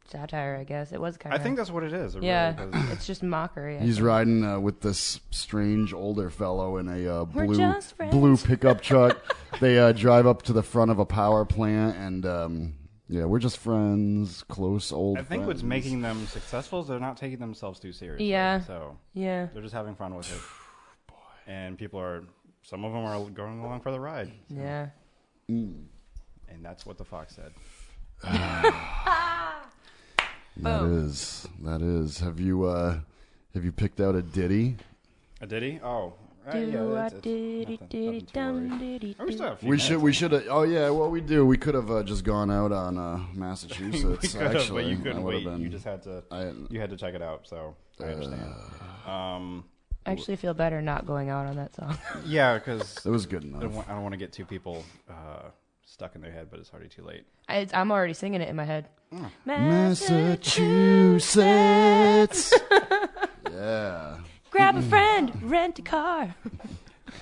Speaker 2: satire, I guess. It was kind
Speaker 3: I
Speaker 2: of.
Speaker 3: think that's what it is. it
Speaker 2: Yeah,
Speaker 3: really is.
Speaker 2: it's just mockery. I
Speaker 1: He's
Speaker 2: think.
Speaker 1: riding uh, with this strange older fellow in a uh,
Speaker 2: We're
Speaker 1: blue
Speaker 2: just friends.
Speaker 1: blue pickup truck. they uh, drive up to the front of a power plant, and um, yeah, we're just friends, close old.
Speaker 3: I think what's
Speaker 1: friends.
Speaker 3: making them successful is they're not taking themselves too seriously.
Speaker 2: Yeah.
Speaker 3: So
Speaker 2: Yeah.
Speaker 3: they're just having fun with it. And people are, some of them are going along for the ride.
Speaker 2: Yeah.
Speaker 3: And that's what the fox said.
Speaker 1: that
Speaker 2: Oh.
Speaker 1: is that is. Have you uh, have you picked out a ditty?
Speaker 3: Uh, did he? Oh. Uh,
Speaker 2: Do
Speaker 3: yeah,
Speaker 2: a
Speaker 3: it's- it's
Speaker 2: diddy
Speaker 3: nothing-
Speaker 2: diddy
Speaker 3: nothing to worry.
Speaker 2: dum diddy
Speaker 3: Oh, we
Speaker 2: do.
Speaker 3: still have a few
Speaker 1: We should
Speaker 3: minutes.
Speaker 1: we should oh yeah well we do we could have uh, just gone out on uh,
Speaker 3: We
Speaker 1: Massachusetts
Speaker 3: could've,
Speaker 1: actually
Speaker 3: but you
Speaker 1: I
Speaker 3: couldn't
Speaker 1: would've
Speaker 3: wait.
Speaker 1: been-
Speaker 3: You just had to.
Speaker 1: I- Uh,
Speaker 3: you had to check it out. So I understand. um,
Speaker 2: I actually feel better not going out on that song.
Speaker 3: yeah, because
Speaker 1: it
Speaker 3: I
Speaker 1: was good
Speaker 3: don't,
Speaker 1: enough
Speaker 3: want, I don't want to get two people uh, stuck in their head, but it's already too late.
Speaker 2: I, I'm already singing it in my head.
Speaker 1: Massachusetts yeah
Speaker 2: Grab a friend, rent a car.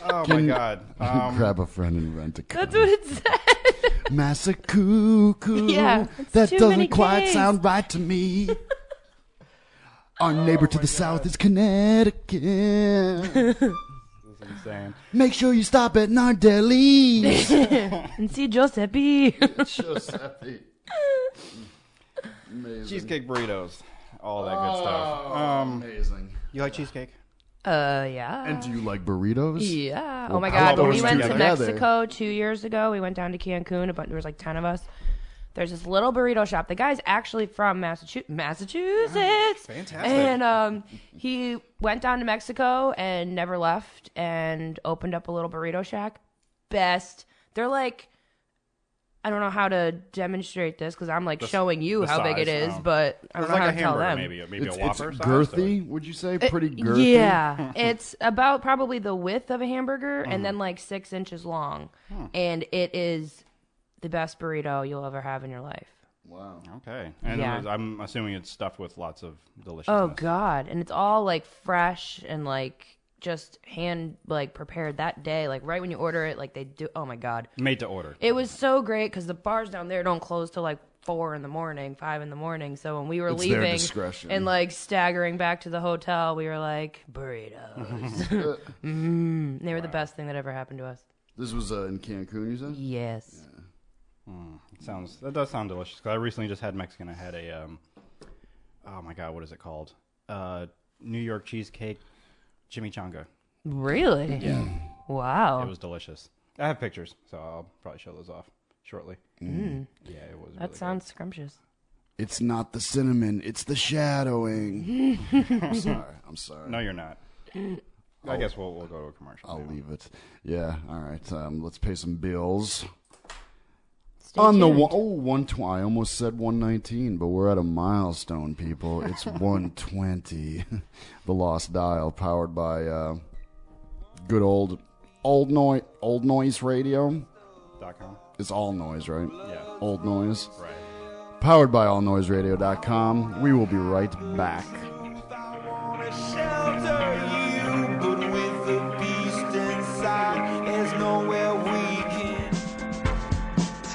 Speaker 3: Oh my god! Um,
Speaker 1: grab a friend and rent a car
Speaker 2: That's what it said.
Speaker 1: Massa cuckoo
Speaker 2: Yeah, it's
Speaker 1: that
Speaker 2: too
Speaker 1: doesn't
Speaker 2: many
Speaker 1: quite
Speaker 2: Ks.
Speaker 1: sound right to me our neighbor to the south is Connecticut
Speaker 3: this is insane.
Speaker 1: make sure you stop at Nardelli
Speaker 2: and see Giuseppe.
Speaker 1: Giuseppe. Amazing.
Speaker 3: Cheesecake burritos, all that good stuff. Um,
Speaker 1: Amazing.
Speaker 3: you like cheesecake?
Speaker 2: uh, yeah.
Speaker 1: And do you like burritos?
Speaker 2: Yeah. Oh my God.
Speaker 1: how about
Speaker 2: When we
Speaker 1: those
Speaker 2: went
Speaker 1: two
Speaker 2: to
Speaker 1: together?
Speaker 2: Mexico two years ago, we went down to Cancun. About there was like ten of us. There's this little burrito shop. The guy's actually from Massachusetts. Massachusetts.
Speaker 3: Ah, fantastic.
Speaker 2: And um, he went down to Mexico and never left, and opened up a little burrito shack. Best. They're like. I don't know how to demonstrate this because I'm like showing you
Speaker 3: the
Speaker 2: how big it
Speaker 3: size,
Speaker 2: is,
Speaker 3: oh.
Speaker 2: but I don't know
Speaker 3: It's like
Speaker 2: how
Speaker 3: a
Speaker 2: to tell
Speaker 3: hamburger,
Speaker 2: them.
Speaker 3: maybe maybe
Speaker 1: It's,
Speaker 3: a
Speaker 1: it's
Speaker 3: Whopper. size,
Speaker 1: girthy, would you say? Pretty girthy.
Speaker 2: Uh, Yeah, it's about probably the width of a hamburger and then like six inches long, and it is the best burrito you'll ever have in your life.
Speaker 1: Wow.
Speaker 3: so- Okay, and
Speaker 2: Yeah.
Speaker 3: I'm assuming it's stuffed with lots of delicious.
Speaker 2: Oh God, and it's all like fresh and like just hand like prepared that day, like right when you order it, like they do. Oh my God,
Speaker 3: made to order.
Speaker 2: it was so great because the bars down there don't close till like four in the morning, five in the morning. So when we were
Speaker 1: It's their
Speaker 2: leaving
Speaker 1: discretion.
Speaker 2: and like staggering back to the hotel, we were like burritos. mm, they were the best thing that ever happened to us.
Speaker 1: This was uh, in Cancun, you said?
Speaker 2: Yes.
Speaker 3: Sounds that does sound delicious. 'cause I recently just had Mexican. I had a um, oh my god, what is it called? Uh, New York cheesecake chimichanga.
Speaker 2: Really? Yeah. Wow.
Speaker 3: It was delicious. I have pictures, so I'll probably show those off shortly. Yeah, it was.
Speaker 2: that sounds scrumptious.
Speaker 1: It's not the cinnamon, it's the shadowing. I'm sorry. I'm sorry.
Speaker 3: No, you're not. I guess we'll we'll go to a commercial.
Speaker 1: I'll
Speaker 3: now.
Speaker 1: leave it. Yeah, all right. Um, let's pay some bills.
Speaker 2: Stay
Speaker 1: On the
Speaker 2: tuned.
Speaker 1: one, oh, 120. I almost said 119, but we're at a milestone, people. It's 120. the Lost Dial, powered by uh, good old old noise old noise radio.
Speaker 3: Dot com.
Speaker 1: It's all noise, right?
Speaker 3: Yeah.
Speaker 1: Old noise.
Speaker 3: Right.
Speaker 1: Powered by allnoiseradio.com. We will be right back.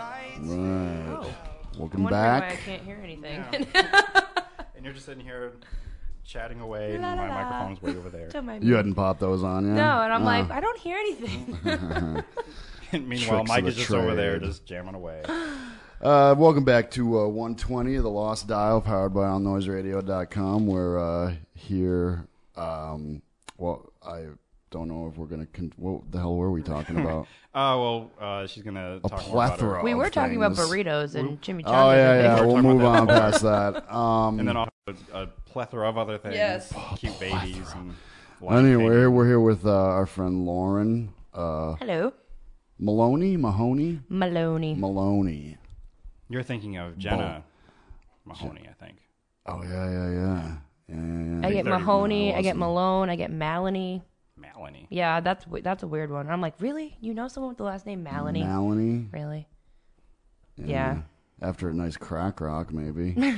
Speaker 1: Right.
Speaker 2: I'm
Speaker 1: Uh, Welcome
Speaker 2: wondering why Oh. I
Speaker 1: back.
Speaker 2: can't hear anything.
Speaker 3: And you're just sitting here chatting away, and my microphone's way over there.
Speaker 2: Don't mind me.
Speaker 1: You Uh-huh. hadn't popped those on yet?
Speaker 2: No, and I'm like, I don't hear anything.
Speaker 3: And meanwhile,
Speaker 1: Tricks
Speaker 3: Mike
Speaker 1: of
Speaker 3: is
Speaker 1: the
Speaker 3: just over there,
Speaker 1: trade.
Speaker 3: just jamming away.
Speaker 1: Uh, welcome back to uh, 120 of the Lost Dial, powered by AllNoiseRadio.com. We're uh, here. Um, well, I don't know if we're gonna. Con- what the hell were we talking about?
Speaker 3: Oh well, uh, she's gonna talk more about
Speaker 1: plethora.
Speaker 3: her.
Speaker 2: we
Speaker 1: of
Speaker 2: were talking about
Speaker 1: things.
Speaker 2: burritos and chimichangas.
Speaker 1: Oh
Speaker 2: I
Speaker 1: yeah,
Speaker 2: think.
Speaker 1: yeah.
Speaker 3: We're
Speaker 1: We'll
Speaker 3: talking
Speaker 1: move
Speaker 3: about
Speaker 1: on past that. Um,
Speaker 3: And then also a plethora of other things.
Speaker 2: Yes.
Speaker 3: Cute babies. And lion
Speaker 1: Anyway, we're
Speaker 3: king.
Speaker 1: here, we're here with uh, our friend Lauren uh,
Speaker 2: Hello,
Speaker 1: Maloney, Mahoney,
Speaker 2: Maloney.
Speaker 1: Maloney.
Speaker 3: You're thinking of Jenna Mahoney, I think.
Speaker 1: Oh yeah, yeah, yeah, yeah. yeah,
Speaker 2: I
Speaker 1: yeah.
Speaker 2: get Mahoney. I get Malone. I get Maloney.
Speaker 3: Maloney.
Speaker 2: Yeah, that's w- that's a weird one. I'm like, really? You know someone with the last name Maloney?
Speaker 1: Maloney.
Speaker 2: really? Yeah.
Speaker 1: After a nice crack rock, maybe.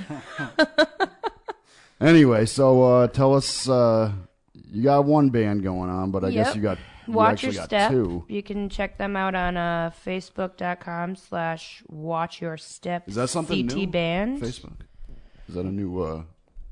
Speaker 1: anyway, so uh, tell us. Uh, you got one band going on, but I guess
Speaker 2: Yep.
Speaker 1: you got you
Speaker 2: Watch
Speaker 1: actually
Speaker 2: Your
Speaker 1: got
Speaker 2: Step.
Speaker 1: two.
Speaker 2: You can check them out on uh, facebook.com slash watch your step.
Speaker 1: Is that something
Speaker 2: CT
Speaker 1: new?
Speaker 2: Band.
Speaker 1: Facebook. Is that a new uh,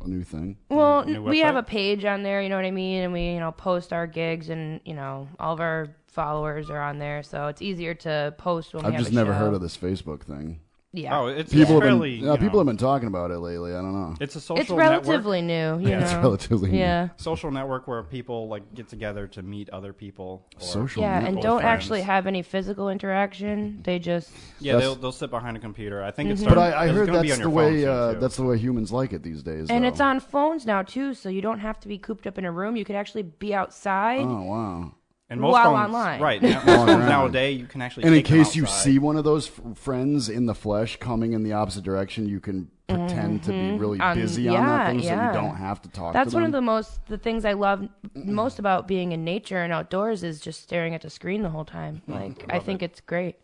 Speaker 1: a new thing?
Speaker 2: Well,
Speaker 3: New
Speaker 2: n- we have
Speaker 3: website?
Speaker 2: a page on there, you know what I mean, and we you know post our gigs, and you know all of our followers are on there, so it's easier to post when we
Speaker 1: I've
Speaker 2: have
Speaker 1: just
Speaker 2: a
Speaker 1: never
Speaker 2: show.
Speaker 1: heard of this Facebook thing.
Speaker 2: Yeah,
Speaker 3: Oh, it's
Speaker 1: People have
Speaker 3: fairly.
Speaker 1: been uh,
Speaker 3: you
Speaker 1: people
Speaker 3: know,
Speaker 1: have been talking about it lately. I don't know.
Speaker 3: It's a social
Speaker 2: it's relatively new. You
Speaker 3: Yeah,
Speaker 2: know?
Speaker 3: it's
Speaker 1: relatively new.
Speaker 2: yeah.
Speaker 3: social network where people like get together to meet other people. Or,
Speaker 1: Social
Speaker 2: Yeah, and
Speaker 1: network.
Speaker 2: don't
Speaker 3: friends.
Speaker 2: actually have any physical interaction. They just
Speaker 3: Yeah,
Speaker 1: That's-
Speaker 3: they'll, they'll sit behind a computer. I think it's.
Speaker 2: Mm-hmm.
Speaker 1: But
Speaker 3: Starting,
Speaker 1: I, I
Speaker 3: it's
Speaker 1: heard
Speaker 3: gonna be
Speaker 1: that's
Speaker 3: on
Speaker 1: the
Speaker 3: your phone
Speaker 1: way
Speaker 3: soon,
Speaker 1: uh,
Speaker 3: too.
Speaker 1: that's the way humans like it these days.
Speaker 2: and
Speaker 1: though.
Speaker 2: it's on phones now too, so you don't have to be cooped up in a room. You could actually be outside.
Speaker 1: Oh wow!
Speaker 3: and most
Speaker 2: while
Speaker 3: phones,
Speaker 2: online.
Speaker 3: Right now, most phones
Speaker 1: around.
Speaker 3: nowadays you can actually.
Speaker 1: And in
Speaker 3: take them
Speaker 1: case you
Speaker 3: outside.
Speaker 1: see one of those f- friends in the flesh coming in the opposite direction, you can pretend to be really
Speaker 2: On-
Speaker 1: busy on
Speaker 2: Mm-hmm. Um, yeah,
Speaker 1: that thing,
Speaker 2: yeah.
Speaker 1: so you don't have to talk.
Speaker 2: That's
Speaker 1: to
Speaker 2: one of the
Speaker 1: them.
Speaker 2: most the things I love most about being in nature and outdoors is just staring at the screen the whole time.
Speaker 1: Oh,
Speaker 2: Like I think it's great.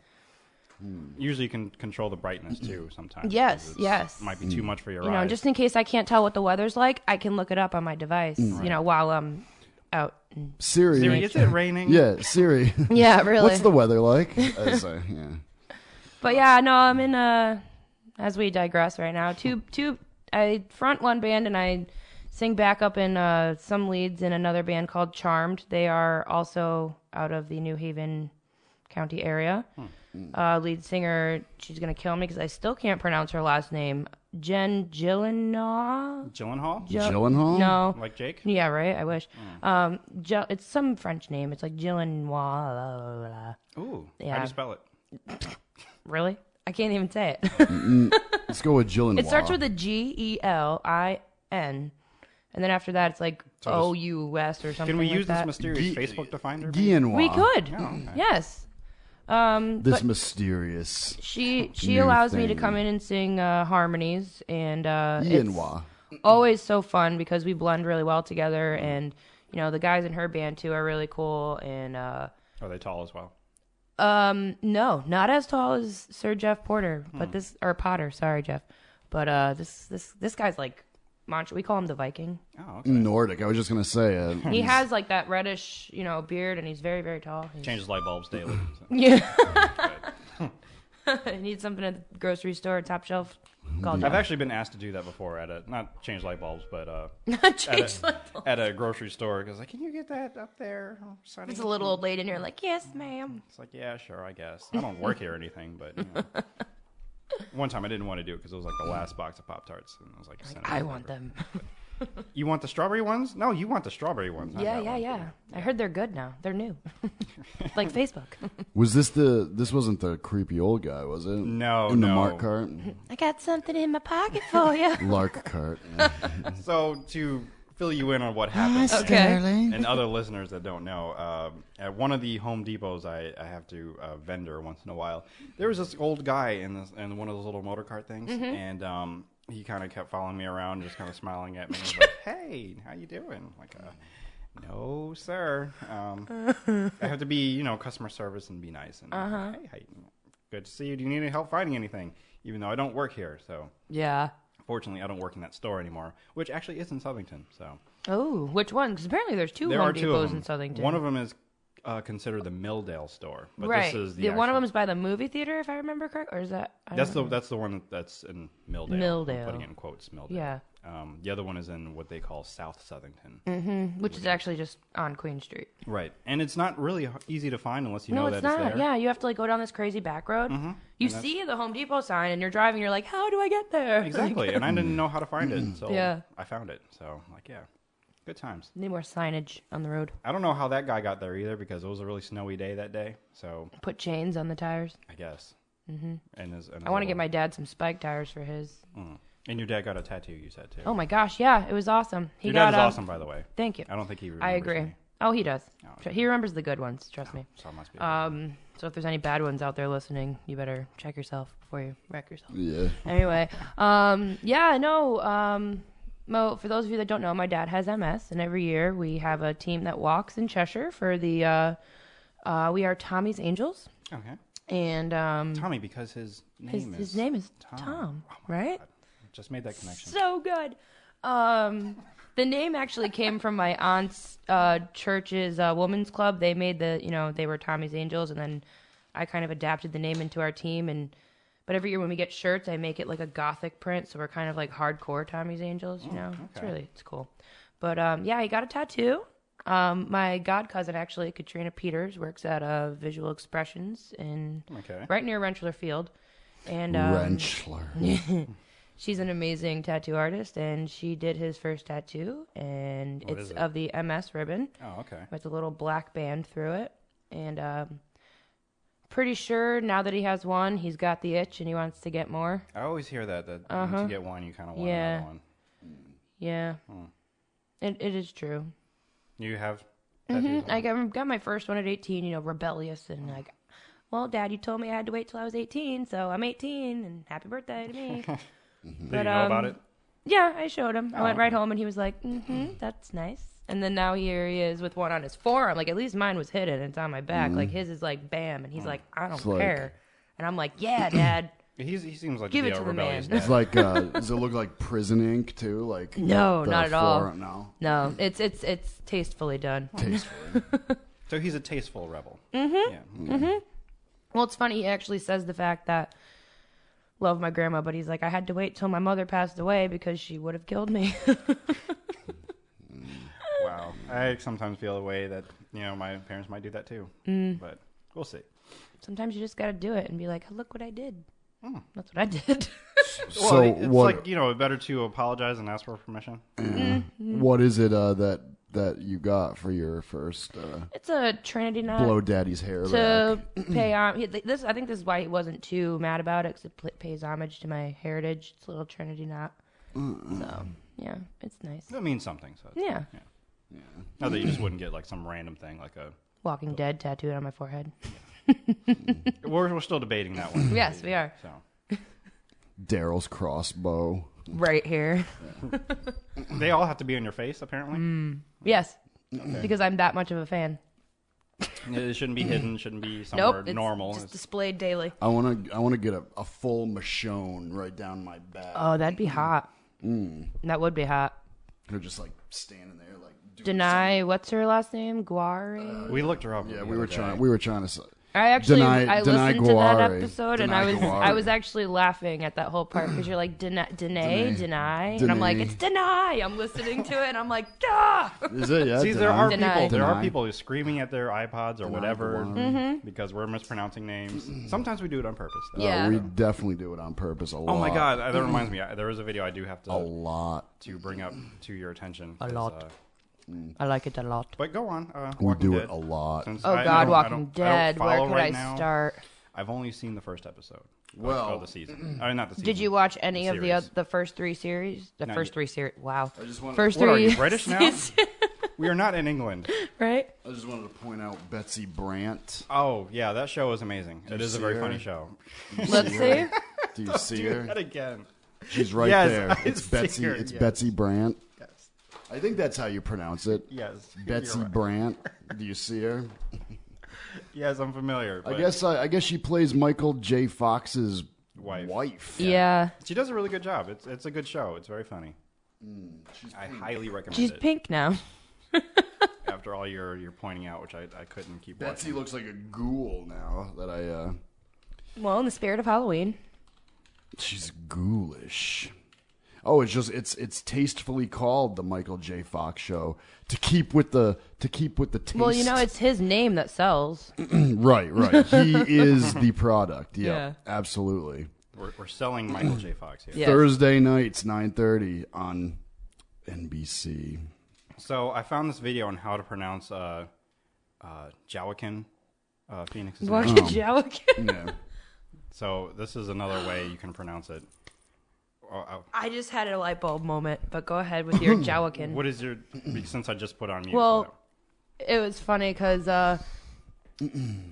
Speaker 3: usually you can control the brightness too. Sometimes.
Speaker 2: Yes,
Speaker 3: because
Speaker 2: yes.
Speaker 3: Might be too
Speaker 1: Mm.
Speaker 3: much for your
Speaker 2: You
Speaker 3: eyes.
Speaker 2: know, just in case I can't tell what the weather's like, I can look it up on my device.
Speaker 1: Mm.
Speaker 2: You know, while I'm out.
Speaker 1: Siri.
Speaker 3: Siri, is it raining?
Speaker 1: Yeah, Siri.
Speaker 2: Yeah, really.
Speaker 1: What's the weather like? I say, yeah.
Speaker 2: But yeah, no, I'm in a. As we digress right now, two two. I front one band and I sing backup in uh, some leads in another band called Charmed. They are also out of the New Haven County area. Uh, lead singer, she's gonna kill me because I still can't pronounce her last name. Jen Gillenaw.
Speaker 3: Gyllenhaal,
Speaker 2: Jo-
Speaker 1: Gyllenhaal?
Speaker 2: No.
Speaker 3: like Jake.
Speaker 2: Yeah, right. I wish. Um, Jill, it's some French name. It's like Gillenois. Blah, blah, blah, blah.
Speaker 3: Ooh, how do
Speaker 2: Yeah.
Speaker 3: you spell it?
Speaker 2: Really? I can't even say it.
Speaker 1: Let's go with Jill and
Speaker 2: it starts with a G E L I N, and then after that, it's like O U S or something.
Speaker 3: Can we
Speaker 2: like
Speaker 3: use
Speaker 2: that.
Speaker 3: this mysterious
Speaker 1: Gee-
Speaker 3: Facebook to find her? maybe?
Speaker 1: Guillenoir.
Speaker 2: We could. Yes. Um,
Speaker 1: This mysterious
Speaker 2: she she
Speaker 1: New
Speaker 2: allows me to
Speaker 1: thing.
Speaker 2: come in and sing uh, harmonies, and uh, it's
Speaker 1: Guillenoir.
Speaker 2: always so fun because we blend really well together,
Speaker 3: Mm-hmm.
Speaker 2: and you know the guys in her band too are really cool, and uh,
Speaker 3: Are Oh, they tall as well?
Speaker 2: Um, no, not as tall as Sir Jeff Porter,
Speaker 3: Hmm.
Speaker 2: but this or Potter. Sorry, Jeff, but uh, this this this guy's like Manch. We call him the Viking.
Speaker 3: Oh, okay.
Speaker 1: Nordic. I was just gonna say. Uh,
Speaker 2: He has like that reddish, you know, beard, and he's very very tall. He's-
Speaker 3: Changes light bulbs daily. so.
Speaker 2: Yeah. I need something at the grocery store, top shelf. Call
Speaker 3: I've
Speaker 2: Jeff.
Speaker 3: actually been asked to do that before at a not change light bulbs, but uh,
Speaker 2: Change level.
Speaker 3: at a grocery store. Because like, can you get that up there? Oh, Sonny?"
Speaker 2: There's a little old lady in here, like, yes, ma'am.
Speaker 3: It's like, yeah, sure, I guess. I don't work here or anything, but you know. one time I didn't want to do it because it was like the last box of Pop Tarts, and I was like, "Send it
Speaker 2: I
Speaker 3: over."
Speaker 2: want them.
Speaker 3: You want the strawberry ones? No, you want the strawberry ones. not
Speaker 2: Yeah,
Speaker 3: that
Speaker 2: yeah,
Speaker 3: one."
Speaker 2: yeah. I heard they're good now. They're new, like Facebook.
Speaker 1: was this the? This wasn't the creepy old guy, was it?
Speaker 3: No,
Speaker 1: In the
Speaker 3: no.
Speaker 1: Mark cart,
Speaker 2: I got something in my pocket for you.
Speaker 1: Lark cart.
Speaker 3: So to fill you in on what happened,
Speaker 2: Okay.
Speaker 3: and other listeners that don't know, um, at one of the Home Depots I, I have to uh, vendor once in a while, there was this old guy in this in one of those little motor cart things, and um, he kind of kept following me around, just kind of smiling at me. and was like, "Hey, how you doing?" Like, uh, "No, sir. Um, I have to be, you know, customer service and be nice." And hey, hey, good to see you. Do you need any help finding anything? Even though I don't work here, so
Speaker 2: Yeah.
Speaker 3: fortunately I don't work in that store anymore, which actually is in Southington. So.
Speaker 2: Oh, which one? Because apparently there's two
Speaker 3: There
Speaker 2: Home
Speaker 3: are two
Speaker 2: Depots
Speaker 3: of them.
Speaker 2: in Southington.
Speaker 3: One of them is uh, considered the Milldale store, but
Speaker 2: right.
Speaker 3: this is the,
Speaker 2: The- one of
Speaker 3: actual-
Speaker 2: them is by the movie theater, if I remember correct, or is that? I
Speaker 3: That's
Speaker 2: don't
Speaker 3: the that's the one that's in Milldale. I'm
Speaker 2: Milldale.
Speaker 3: putting it in quotes. Milldale.
Speaker 2: Yeah.
Speaker 3: Um, the other one is in what they call South Southington.
Speaker 2: know, which is actually just on Queen Street.
Speaker 3: Right, and it's not really h- easy to find unless you
Speaker 2: No,
Speaker 3: know
Speaker 2: it's
Speaker 3: that
Speaker 2: not.
Speaker 3: it's there. Mm-hmm.
Speaker 2: yeah, you have to like go down this crazy back road. You see the Home Depot sign, and you're driving. You're like, how do I get there? Like,
Speaker 3: Exactly, and I didn't know how to find it, so
Speaker 2: Yeah.
Speaker 3: I found it. So like, yeah, good times.
Speaker 2: need more signage on the road.
Speaker 3: I don't know how that guy got there either because it was a really snowy day that day. So
Speaker 2: Put chains on the tires.
Speaker 3: I guess. Mm-hmm. And his, and his
Speaker 2: I want to
Speaker 3: little- mm.
Speaker 2: get my dad some spike tires for his.
Speaker 3: And your dad got a tattoo. You said too.
Speaker 2: Oh my gosh, yeah, it was awesome. He
Speaker 3: your
Speaker 2: got
Speaker 3: dad is
Speaker 2: um,
Speaker 3: awesome, by the way.
Speaker 2: Thank you.
Speaker 3: I don't think he. Remembers
Speaker 2: I agree.
Speaker 3: me,
Speaker 2: Oh, he does. Tr- He remembers the good ones. Trust me.
Speaker 3: so it must be.
Speaker 2: Um, so if there's any bad ones out there listening, you better check yourself before you wreck yourself.
Speaker 1: Yeah.
Speaker 2: anyway, um, yeah, no. Um, Mo, for those of you that don't know, my dad has MS, and every year we have a team that walks in Cheshire for the. Uh, uh, we are Tommy's Angels,
Speaker 3: okay.
Speaker 2: and um,
Speaker 3: Tommy, because his name
Speaker 2: his,
Speaker 3: is
Speaker 2: his name is Tom, right?
Speaker 3: Just made that connection.
Speaker 2: so good. Um, the name actually came from my aunt's uh, church's uh, women's club. They made the, you know, they were Tommy's Angels, and then I kind of adapted the name into our team. And but every year when we get shirts, I make it like a gothic print, so we're kind of like hardcore Tommy's Angels. You know, it's really it's cool. But um, yeah, I got a tattoo. Um, my god cousin actually, Katrina Peters, works at uh, Visual Expressions in
Speaker 3: Okay.
Speaker 2: right near Rensselaer Field, and um,
Speaker 1: Rentschler.
Speaker 2: She's an amazing tattoo artist, and she did his first tattoo, and it's
Speaker 3: is it?
Speaker 2: of the MS ribbon
Speaker 3: Oh, okay.
Speaker 2: with a little black band through it. And um, pretty sure now that he has one, he's got the itch and he wants to get more.
Speaker 3: I always hear that that once you get one, you kind of want
Speaker 2: Uh-huh. Yeah.
Speaker 3: another one.
Speaker 2: Yeah,
Speaker 3: Hmm.
Speaker 2: it it is true.
Speaker 3: You have. tattoos on?
Speaker 2: Mm-hmm. I got, got my first one at 18. You know, rebellious and like, well, Dad, you told me I had to wait till I was 18, so I'm 18, and happy birthday to me.
Speaker 3: Did
Speaker 2: but,
Speaker 3: you know about
Speaker 2: um,
Speaker 3: it?
Speaker 2: Yeah, I showed him. I
Speaker 1: Oh.
Speaker 2: went right home, and he was like, "Mm-hmm, that's nice." And then now here he is with one on his forearm. Like at least mine was hidden. It's on my back. Like his is like bam, and he's like, "I don't
Speaker 1: Mm-hmm. Oh. It's like-
Speaker 2: care." and I'm like, "Yeah, Dad."
Speaker 3: He's, he seems like
Speaker 2: Give
Speaker 3: to
Speaker 2: it
Speaker 3: be
Speaker 2: to
Speaker 3: a
Speaker 2: the
Speaker 3: rebellious
Speaker 2: man.
Speaker 1: It's like, uh, does it look like Prison Ink too? Like
Speaker 2: No,
Speaker 1: the
Speaker 2: not at all.
Speaker 1: forearm- No.
Speaker 2: no, it's it's it's tastefully done.
Speaker 3: dad. So he's a tasteful rebel. Mm-hmm. Yeah.
Speaker 2: Well, it's funny. He actually says the fact that love my grandma, but he's like, I had to wait till my mother passed away because she would have killed me.
Speaker 3: Wow. I sometimes feel the way that you know my parents might do that too.
Speaker 2: Mm.
Speaker 3: But we'll see.
Speaker 2: Sometimes you just got to do it and be like, "Look what I did."
Speaker 1: Hmm.
Speaker 2: That's what I did.
Speaker 3: Well,
Speaker 1: So
Speaker 3: it's
Speaker 1: what?
Speaker 3: like you know, better to apologize and ask for permission.
Speaker 1: what is it uh, that that you got for your first uh,
Speaker 2: it's a Trinity knot.
Speaker 1: blow daddy's hair
Speaker 2: to
Speaker 1: back?
Speaker 2: pay um he- th- this I think this is why he wasn't too mad about it because it pl- pays homage to my heritage. It's a little Trinity knot, so yeah, it's nice.
Speaker 3: That means something. So it's-
Speaker 2: Yeah,
Speaker 3: Not that you just wouldn't get like some random thing like a.
Speaker 2: Walking Dead tattooed on my forehead.
Speaker 3: We're, we're still debating that one.
Speaker 2: Yes, we are
Speaker 3: So
Speaker 1: Daryl's crossbow.
Speaker 2: right here.
Speaker 3: they all have to be on your face apparently.
Speaker 2: Mm. Yes, because I'm that much of a fan.
Speaker 3: It shouldn't be hidden. Shouldn't be
Speaker 2: Nope,
Speaker 3: somewhere
Speaker 2: it's
Speaker 3: normal.
Speaker 2: just
Speaker 3: It's-
Speaker 2: displayed daily.
Speaker 1: I want to. I want to get a, a full Michonne right down my back.
Speaker 2: Oh, that'd be hot.
Speaker 3: Mm.
Speaker 2: That would be hot.
Speaker 1: They're just like standing there, like. doing
Speaker 2: Deny what's her last name? Guari.
Speaker 3: we looked her up.
Speaker 1: something. Yeah,
Speaker 3: the
Speaker 1: we
Speaker 3: other
Speaker 1: were
Speaker 3: day.
Speaker 1: trying. We were trying to. s-
Speaker 2: I actually
Speaker 1: Denai-
Speaker 2: I
Speaker 1: Denai
Speaker 2: listened to that
Speaker 1: Gowrie.
Speaker 2: episode and
Speaker 1: Denai
Speaker 2: I was
Speaker 1: Gowrie.
Speaker 2: I was actually laughing at that whole part because you're like deny deny deny and I'm like
Speaker 1: Denai.
Speaker 2: it's deny I'm listening to it and I'm like duh
Speaker 1: Is it? Yeah.
Speaker 3: See, there are
Speaker 1: Denai.
Speaker 2: Deny.
Speaker 3: people. There are
Speaker 1: Deny.
Speaker 3: people who screaming at their iPods or whatever
Speaker 1: the
Speaker 2: Mm-hmm.
Speaker 3: because we're mispronouncing names. Sometimes we do it on purpose. Though.
Speaker 2: yeah
Speaker 1: We definitely do it on purpose a lot.
Speaker 3: Oh my god, that reminds me. I, there was a video I do have
Speaker 1: A
Speaker 3: to
Speaker 1: lot.
Speaker 3: to bring up to your attention.
Speaker 2: A
Speaker 3: 'cause,
Speaker 2: lot.
Speaker 3: uh,
Speaker 2: I like it a lot
Speaker 3: but go on. Uh,
Speaker 1: We
Speaker 3: Walking
Speaker 1: do it
Speaker 3: Dead.
Speaker 1: a lot.
Speaker 3: Since
Speaker 2: oh
Speaker 3: I
Speaker 2: God
Speaker 3: don't- I
Speaker 2: Walking
Speaker 3: don't- I don't
Speaker 2: Dead where
Speaker 3: follow
Speaker 2: could
Speaker 3: right
Speaker 2: I
Speaker 3: now.
Speaker 2: start
Speaker 3: I've only seen the first episode. of-
Speaker 1: Well-
Speaker 3: of the season. I mean, not the season.
Speaker 2: did you watch any of the
Speaker 3: Series.
Speaker 2: oth- the first three series the
Speaker 3: Not
Speaker 2: first
Speaker 3: yet.
Speaker 2: three series wow
Speaker 1: just wanted-
Speaker 2: first
Speaker 3: What are
Speaker 2: three
Speaker 3: you British now? we are not in England.
Speaker 2: right
Speaker 1: I just wanted to point out Betsy Brandt.
Speaker 3: Oh yeah, that show is amazing. it is a
Speaker 1: see
Speaker 3: very
Speaker 1: her?
Speaker 3: funny show.
Speaker 2: let's see
Speaker 1: Do you see her?
Speaker 3: That again.
Speaker 1: She's right
Speaker 3: Yes,
Speaker 1: there.
Speaker 3: I
Speaker 1: it's
Speaker 3: see
Speaker 1: Betsy.
Speaker 3: her,
Speaker 1: It's
Speaker 3: yes.
Speaker 1: Betsy Brandt.
Speaker 3: Yes.
Speaker 1: I think that's how you pronounce it.
Speaker 3: Yes. you're
Speaker 1: Betsy
Speaker 3: right.
Speaker 1: Brandt. Do you see her?
Speaker 3: Yes, I'm familiar.
Speaker 1: I
Speaker 3: but
Speaker 1: guess uh, I, I guess she plays Michael J. Fox's wife.
Speaker 3: Wife.
Speaker 2: yeah
Speaker 3: she does a really good job. It's it's a good show. It's very funny.
Speaker 1: Mm,
Speaker 3: I highly recommend
Speaker 2: she's
Speaker 3: it.
Speaker 2: pink now
Speaker 3: After all your you're pointing out, which I, I couldn't keep
Speaker 1: Betsy
Speaker 3: watching.
Speaker 1: looks like a ghoul now that I uh
Speaker 2: well in the spirit of Halloween
Speaker 1: she's ghoulish. Oh, it's just it's it's tastefully called the Michael J. Fox show to keep with the to keep with the taste.
Speaker 2: well you know it's his name that sells
Speaker 1: right, right. He is the product. Yeah,
Speaker 2: Yeah.
Speaker 1: absolutely.
Speaker 3: We're, we're selling Michael J. Fox here.
Speaker 2: yeah
Speaker 1: Thursday nights, nine thirty on NBC.
Speaker 3: So I found this video on how to pronounce uh, uh, Jowakin, uh, Phoenix's name.
Speaker 1: Oh.
Speaker 2: Walking Jowak.
Speaker 1: Yeah.
Speaker 3: So this is another way you can pronounce it. Oh, oh.
Speaker 2: I just had a light bulb moment, but go ahead with your Jowakin.
Speaker 3: What is your? Since I just put on mute.
Speaker 2: Well,
Speaker 3: so-
Speaker 2: it was funny because uh,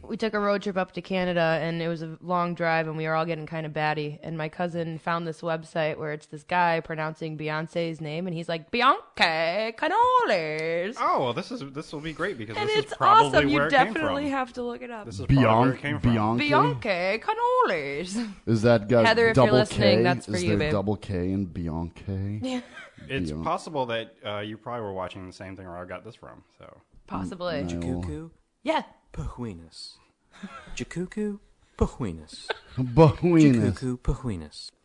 Speaker 2: we took a road trip up to Canada, and it was a long drive, and we were all getting kind of batty. And my cousin found this website where it's this guy pronouncing Beyonce's name, and he's like Bianca Canales,
Speaker 3: oh, well, this is this will be great because
Speaker 2: and
Speaker 3: this
Speaker 2: it's
Speaker 3: is probably
Speaker 2: awesome. You
Speaker 3: where it
Speaker 2: definitely
Speaker 3: came from.
Speaker 2: have to look it up.
Speaker 3: this is probably where it came
Speaker 1: Bianca,
Speaker 3: from.
Speaker 2: Bianca Canales.
Speaker 1: Is that guy
Speaker 2: Heather, if you're
Speaker 1: double
Speaker 2: listening,
Speaker 1: K?
Speaker 2: that's for
Speaker 1: is
Speaker 2: you,
Speaker 1: there
Speaker 2: babe.
Speaker 1: double K in Bianca? Yeah.
Speaker 3: It's possible that uh, you probably were watching the same thing where I got this from. So
Speaker 2: Possibly.
Speaker 9: Cuckoo,
Speaker 2: Yeah.
Speaker 9: Pahuinas. Jacucu, Pahuinas. Cuckoo, Pahuinas.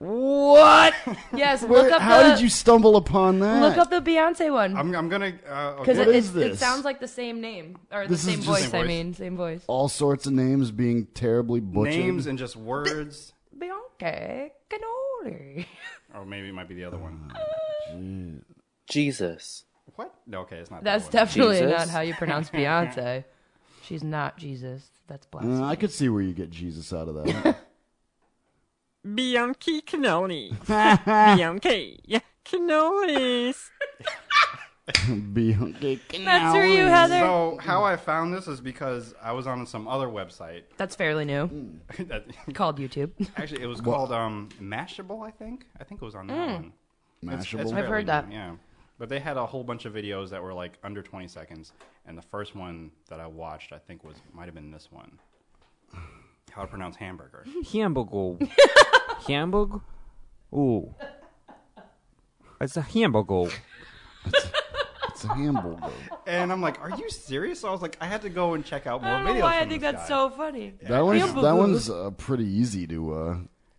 Speaker 2: What? Yes. look up
Speaker 1: How
Speaker 2: the,
Speaker 1: did you stumble upon that?
Speaker 2: look up the Beyonce one?
Speaker 3: I'm I'm gonna uh, okay.
Speaker 2: Because
Speaker 1: What
Speaker 2: it,
Speaker 1: is
Speaker 2: it,
Speaker 1: this?
Speaker 2: it sounds like the same name or
Speaker 1: This
Speaker 2: the
Speaker 1: is
Speaker 2: same
Speaker 1: just-
Speaker 2: voice,
Speaker 3: Same
Speaker 2: I
Speaker 3: voice.
Speaker 2: mean, same voice.
Speaker 1: all sorts of names being terribly butchered.
Speaker 3: names and just words,
Speaker 2: Bianca Canoli.
Speaker 3: or maybe it might be the other one.
Speaker 10: Jesus.
Speaker 3: What? No, okay, it's not.
Speaker 2: That's
Speaker 1: Oh,
Speaker 3: that one.
Speaker 2: definitely
Speaker 10: Jesus?
Speaker 2: not how you pronounce Beyonce. She's not Jesus. That's blasphemy.
Speaker 1: Uh, I could see where you get Jesus out of that.
Speaker 10: Bianchi cannoli. Bianchi. Yeah, cannolis.
Speaker 1: Bianca.
Speaker 2: That's for you, Heather.
Speaker 3: So how I found this is because I was on some other website.
Speaker 2: That's fairly new.
Speaker 3: that-
Speaker 2: Called YouTube.
Speaker 3: actually, it was called um, Mashable. I think. I think it was on that one. It's- it's
Speaker 1: Mashable.
Speaker 3: fairly
Speaker 2: Hmm. heard
Speaker 3: new,
Speaker 2: that.
Speaker 3: Yeah. But they had a whole bunch of videos that were like under 20 seconds, and the first one that I watched, I think was might have been this one. How to pronounce hamburger?
Speaker 10: Hamburger. Hamburg. Ooh. It's a hamburger.
Speaker 1: It's a hamburger.
Speaker 3: and I'm like, are you serious? So I was like, I had to go and check out more
Speaker 2: I don't
Speaker 3: videos.
Speaker 2: know why I
Speaker 3: from
Speaker 2: think
Speaker 3: this
Speaker 2: that's
Speaker 3: guy.
Speaker 2: so funny.
Speaker 1: That one's
Speaker 2: Hamburger.
Speaker 1: that one's uh, pretty easy to uh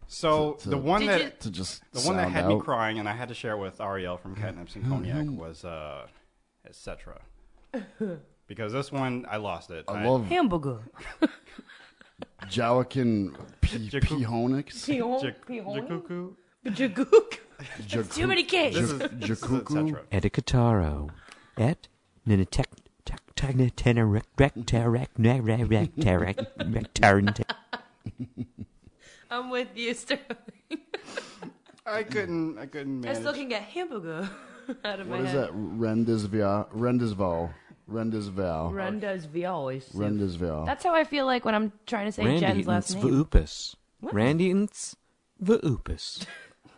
Speaker 3: So the one
Speaker 2: Did
Speaker 3: that
Speaker 2: you-
Speaker 1: to just
Speaker 3: the one that
Speaker 1: sound
Speaker 3: had
Speaker 1: out.
Speaker 3: me crying, and I had to share with Ariel from Catnips and Cognac was uh, etc. Because this one, I lost it.
Speaker 1: I love
Speaker 2: Hamburger.
Speaker 1: Jowakin P-
Speaker 3: Jacu-
Speaker 1: Pihonix.
Speaker 3: Jac- Jacucu.
Speaker 2: Jagook. Too many K's.
Speaker 3: This is this is
Speaker 1: Jacucu.
Speaker 3: etc.
Speaker 10: Et a cataro. Et ninatec.
Speaker 2: I'm with you, Sterling.
Speaker 3: I couldn't. I couldn't
Speaker 2: I
Speaker 3: manage.
Speaker 2: still can get hamburger out of my
Speaker 1: What is
Speaker 2: head.
Speaker 1: that? Rendezvous. Rendezvous. Rendezvous.
Speaker 2: Renda's Vialis.
Speaker 1: Rendezvous.
Speaker 2: That's how I feel like when I'm trying to say Jen's last name.
Speaker 10: Voopus. Randy Ints Voopus.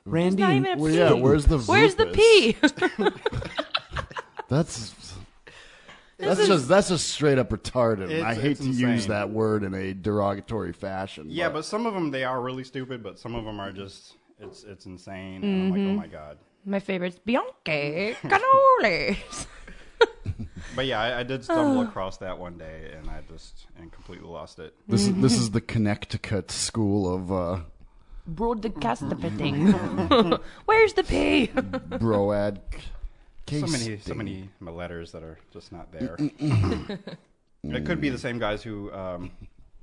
Speaker 10: Randy
Speaker 2: Not even a
Speaker 1: Well,
Speaker 2: P.
Speaker 1: yeah. Where's the?
Speaker 2: Where's the
Speaker 1: Vupus?
Speaker 2: P?
Speaker 1: That's that's just that's just straight up retarded. and I
Speaker 3: It's-
Speaker 1: hate
Speaker 3: it's
Speaker 1: to use
Speaker 3: insane.
Speaker 1: that word in a derogatory fashion.
Speaker 3: Yeah, but some of them they are really stupid, but some of them are just it's it's insane. And I'm like, oh my god.
Speaker 2: My favorite's Bianca Cannolis.
Speaker 3: But yeah, I, I did stumble across that one day, and I just and completely lost it.
Speaker 1: this is this is the Connecticut school of uh,
Speaker 2: Broadcastability. Where's the P?
Speaker 1: broad.
Speaker 3: So many, so many letters that are just not there. mm, it could be the same guys who, um,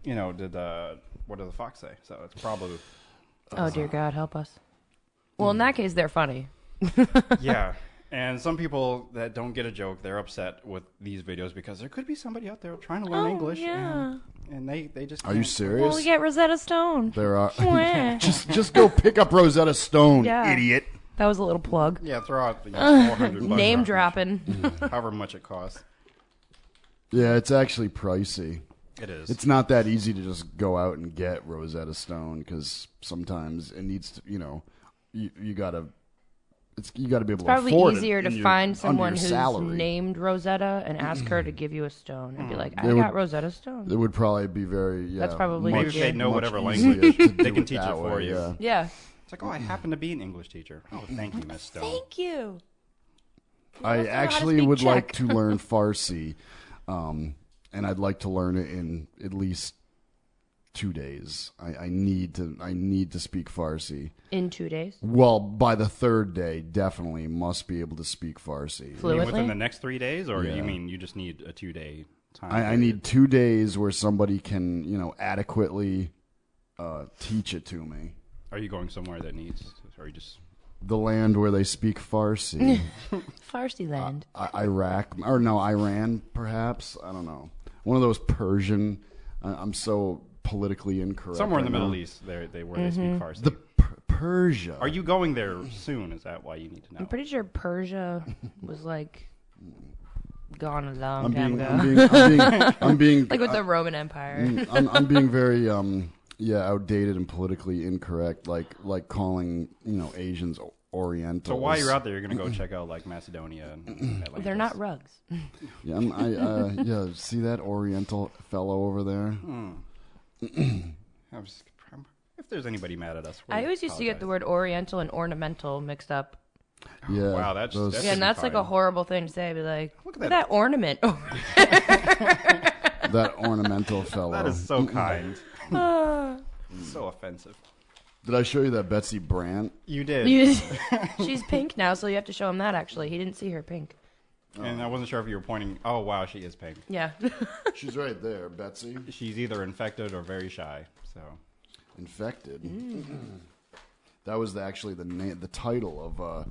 Speaker 3: you know, did uh, what did the fox say? So it's probably
Speaker 2: oh dear God, help us. Well, in that case, they're funny.
Speaker 3: yeah. And some people that don't get a joke, they're upset with these videos because there could be somebody out there trying to learn
Speaker 2: Oh,
Speaker 3: English, and, and they they just
Speaker 1: Are you
Speaker 3: can't.
Speaker 1: serious?
Speaker 2: get Rosetta Stone.
Speaker 1: There are.
Speaker 2: Wah.
Speaker 1: just just go pick up Rosetta Stone,
Speaker 2: Yeah.
Speaker 1: idiot.
Speaker 2: That was a little plug.
Speaker 3: Yeah, throw out the four hundred
Speaker 2: Name dropping.
Speaker 3: however much it costs.
Speaker 1: Yeah, it's actually pricey.
Speaker 3: It is.
Speaker 1: It's not that easy to just go out and get Rosetta Stone because sometimes it needs to, you know, you, you gotta, it's you gotta be able to afford
Speaker 2: Probably
Speaker 1: it
Speaker 2: easier
Speaker 1: in
Speaker 2: to
Speaker 1: your-
Speaker 2: find
Speaker 1: under
Speaker 2: someone
Speaker 1: your
Speaker 2: who's
Speaker 1: salary. Mm.
Speaker 2: named Rosetta and ask her to give you a stone and be like, "I
Speaker 1: They would-
Speaker 2: got Rosetta Stone."
Speaker 1: It would probably be very. Yeah,
Speaker 2: That's probably
Speaker 1: much,
Speaker 2: Maybe if they
Speaker 3: know
Speaker 1: much
Speaker 3: whatever
Speaker 1: easier
Speaker 3: language,
Speaker 1: to do
Speaker 3: they can
Speaker 1: it
Speaker 3: teach
Speaker 1: that
Speaker 3: it for
Speaker 1: way,
Speaker 3: you.
Speaker 1: Yeah.
Speaker 2: Yeah.
Speaker 3: It's like, oh, I happen to be an English teacher. Oh, thank you, Miss Stone.
Speaker 2: Thank you.
Speaker 1: I
Speaker 2: to
Speaker 1: actually
Speaker 2: speak
Speaker 1: would like to
Speaker 2: Czech.
Speaker 1: learn Farsi, um, and I'd like to learn it in at least two days. I, I need to. I need to speak Farsi.
Speaker 2: In two days,
Speaker 1: Well, by the third day, definitely must be able to speak Farsi.
Speaker 3: You mean
Speaker 2: fluently.
Speaker 3: within the next three days, or
Speaker 1: Yeah.
Speaker 3: you mean you just need a two day time?
Speaker 1: I, I
Speaker 3: period?
Speaker 1: need two days where somebody can, you know, adequately uh, teach it to me.
Speaker 3: Are you going somewhere that needs? Or are you just?
Speaker 1: The land where they speak Farsi,
Speaker 2: Farsi land.
Speaker 1: I- Iraq, or no, Iran, perhaps. I don't know. One of those Persian. I- I'm so politically incorrect.
Speaker 3: Somewhere in the
Speaker 1: right
Speaker 3: Middle
Speaker 1: now.
Speaker 2: Mm-hmm.
Speaker 3: East, they they where they speak Farsi.
Speaker 1: The per- Persia.
Speaker 3: Are you going there soon? Is that why you need to know?
Speaker 2: I'm pretty sure Persia was like gone a long
Speaker 1: I'm
Speaker 2: time
Speaker 1: being,
Speaker 2: ago.
Speaker 1: I'm being, I'm being, I'm being
Speaker 2: like with
Speaker 1: I-
Speaker 2: the Roman Empire.
Speaker 1: Mm, I'm, I'm being very, um, yeah, outdated and politically incorrect. Like, like calling you know Asians o- Orientals.
Speaker 3: So while you're out there, you're gonna go check out like Macedonia. And Atlantis.
Speaker 2: They're not rugs.
Speaker 1: Mm. Yeah, I'm, I, uh, yeah, see that Oriental fellow over there?
Speaker 3: Mm. I was- if there's anybody mad at us, we
Speaker 2: I always used to get the word Oriental and ornamental mixed up.
Speaker 1: Yeah.
Speaker 3: Wow, that's-
Speaker 1: those-
Speaker 3: that's-
Speaker 2: Yeah, and that's like a horrible thing to say. Be like, look at that, ornament.
Speaker 1: that ornamental fellow.
Speaker 3: That is so kind.
Speaker 2: Ah.
Speaker 3: so offensive.
Speaker 1: Did I show you that Betsy Brandt?
Speaker 3: You did.
Speaker 2: You- She's pink now, so you have to show him that. Actually, he didn't see her pink.
Speaker 3: And I wasn't sure if you were pointing. Oh wow, she is pink.
Speaker 2: Yeah.
Speaker 1: She's right there, Betsy.
Speaker 3: She's either infected or very shy. So
Speaker 1: Infected.
Speaker 3: Mm-hmm.
Speaker 1: That was the, actually the na- the title of uh,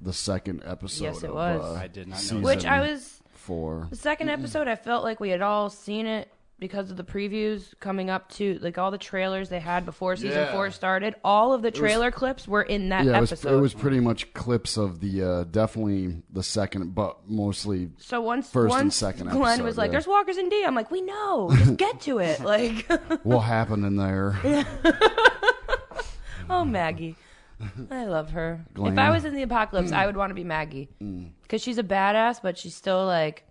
Speaker 1: the second episode.
Speaker 2: Yes, it
Speaker 1: of,
Speaker 2: was.
Speaker 1: uh,
Speaker 3: I did not know
Speaker 1: season
Speaker 2: Which I was-
Speaker 1: four.
Speaker 2: The second episode, I felt like we had all seen it because of the previews coming up to like all the trailers they had before season
Speaker 1: Yeah.
Speaker 2: four started. All of the
Speaker 1: was-
Speaker 2: trailer clips were in that
Speaker 1: yeah, it was,
Speaker 2: episode.
Speaker 1: it was pretty much clips of the uh, definitely the second, but mostly
Speaker 2: so once
Speaker 1: first
Speaker 2: once
Speaker 1: and second.
Speaker 2: Glenn
Speaker 1: episode,
Speaker 2: was like,
Speaker 1: yeah.
Speaker 2: "There's walkers in D," I'm like, "We know. Just get to it." Like,
Speaker 1: what happened in there?
Speaker 2: oh Maggie, I love her.
Speaker 1: Glenn. Mm.
Speaker 2: If I was in the apocalypse, I would want to be Maggie because she's a badass, but she's still like.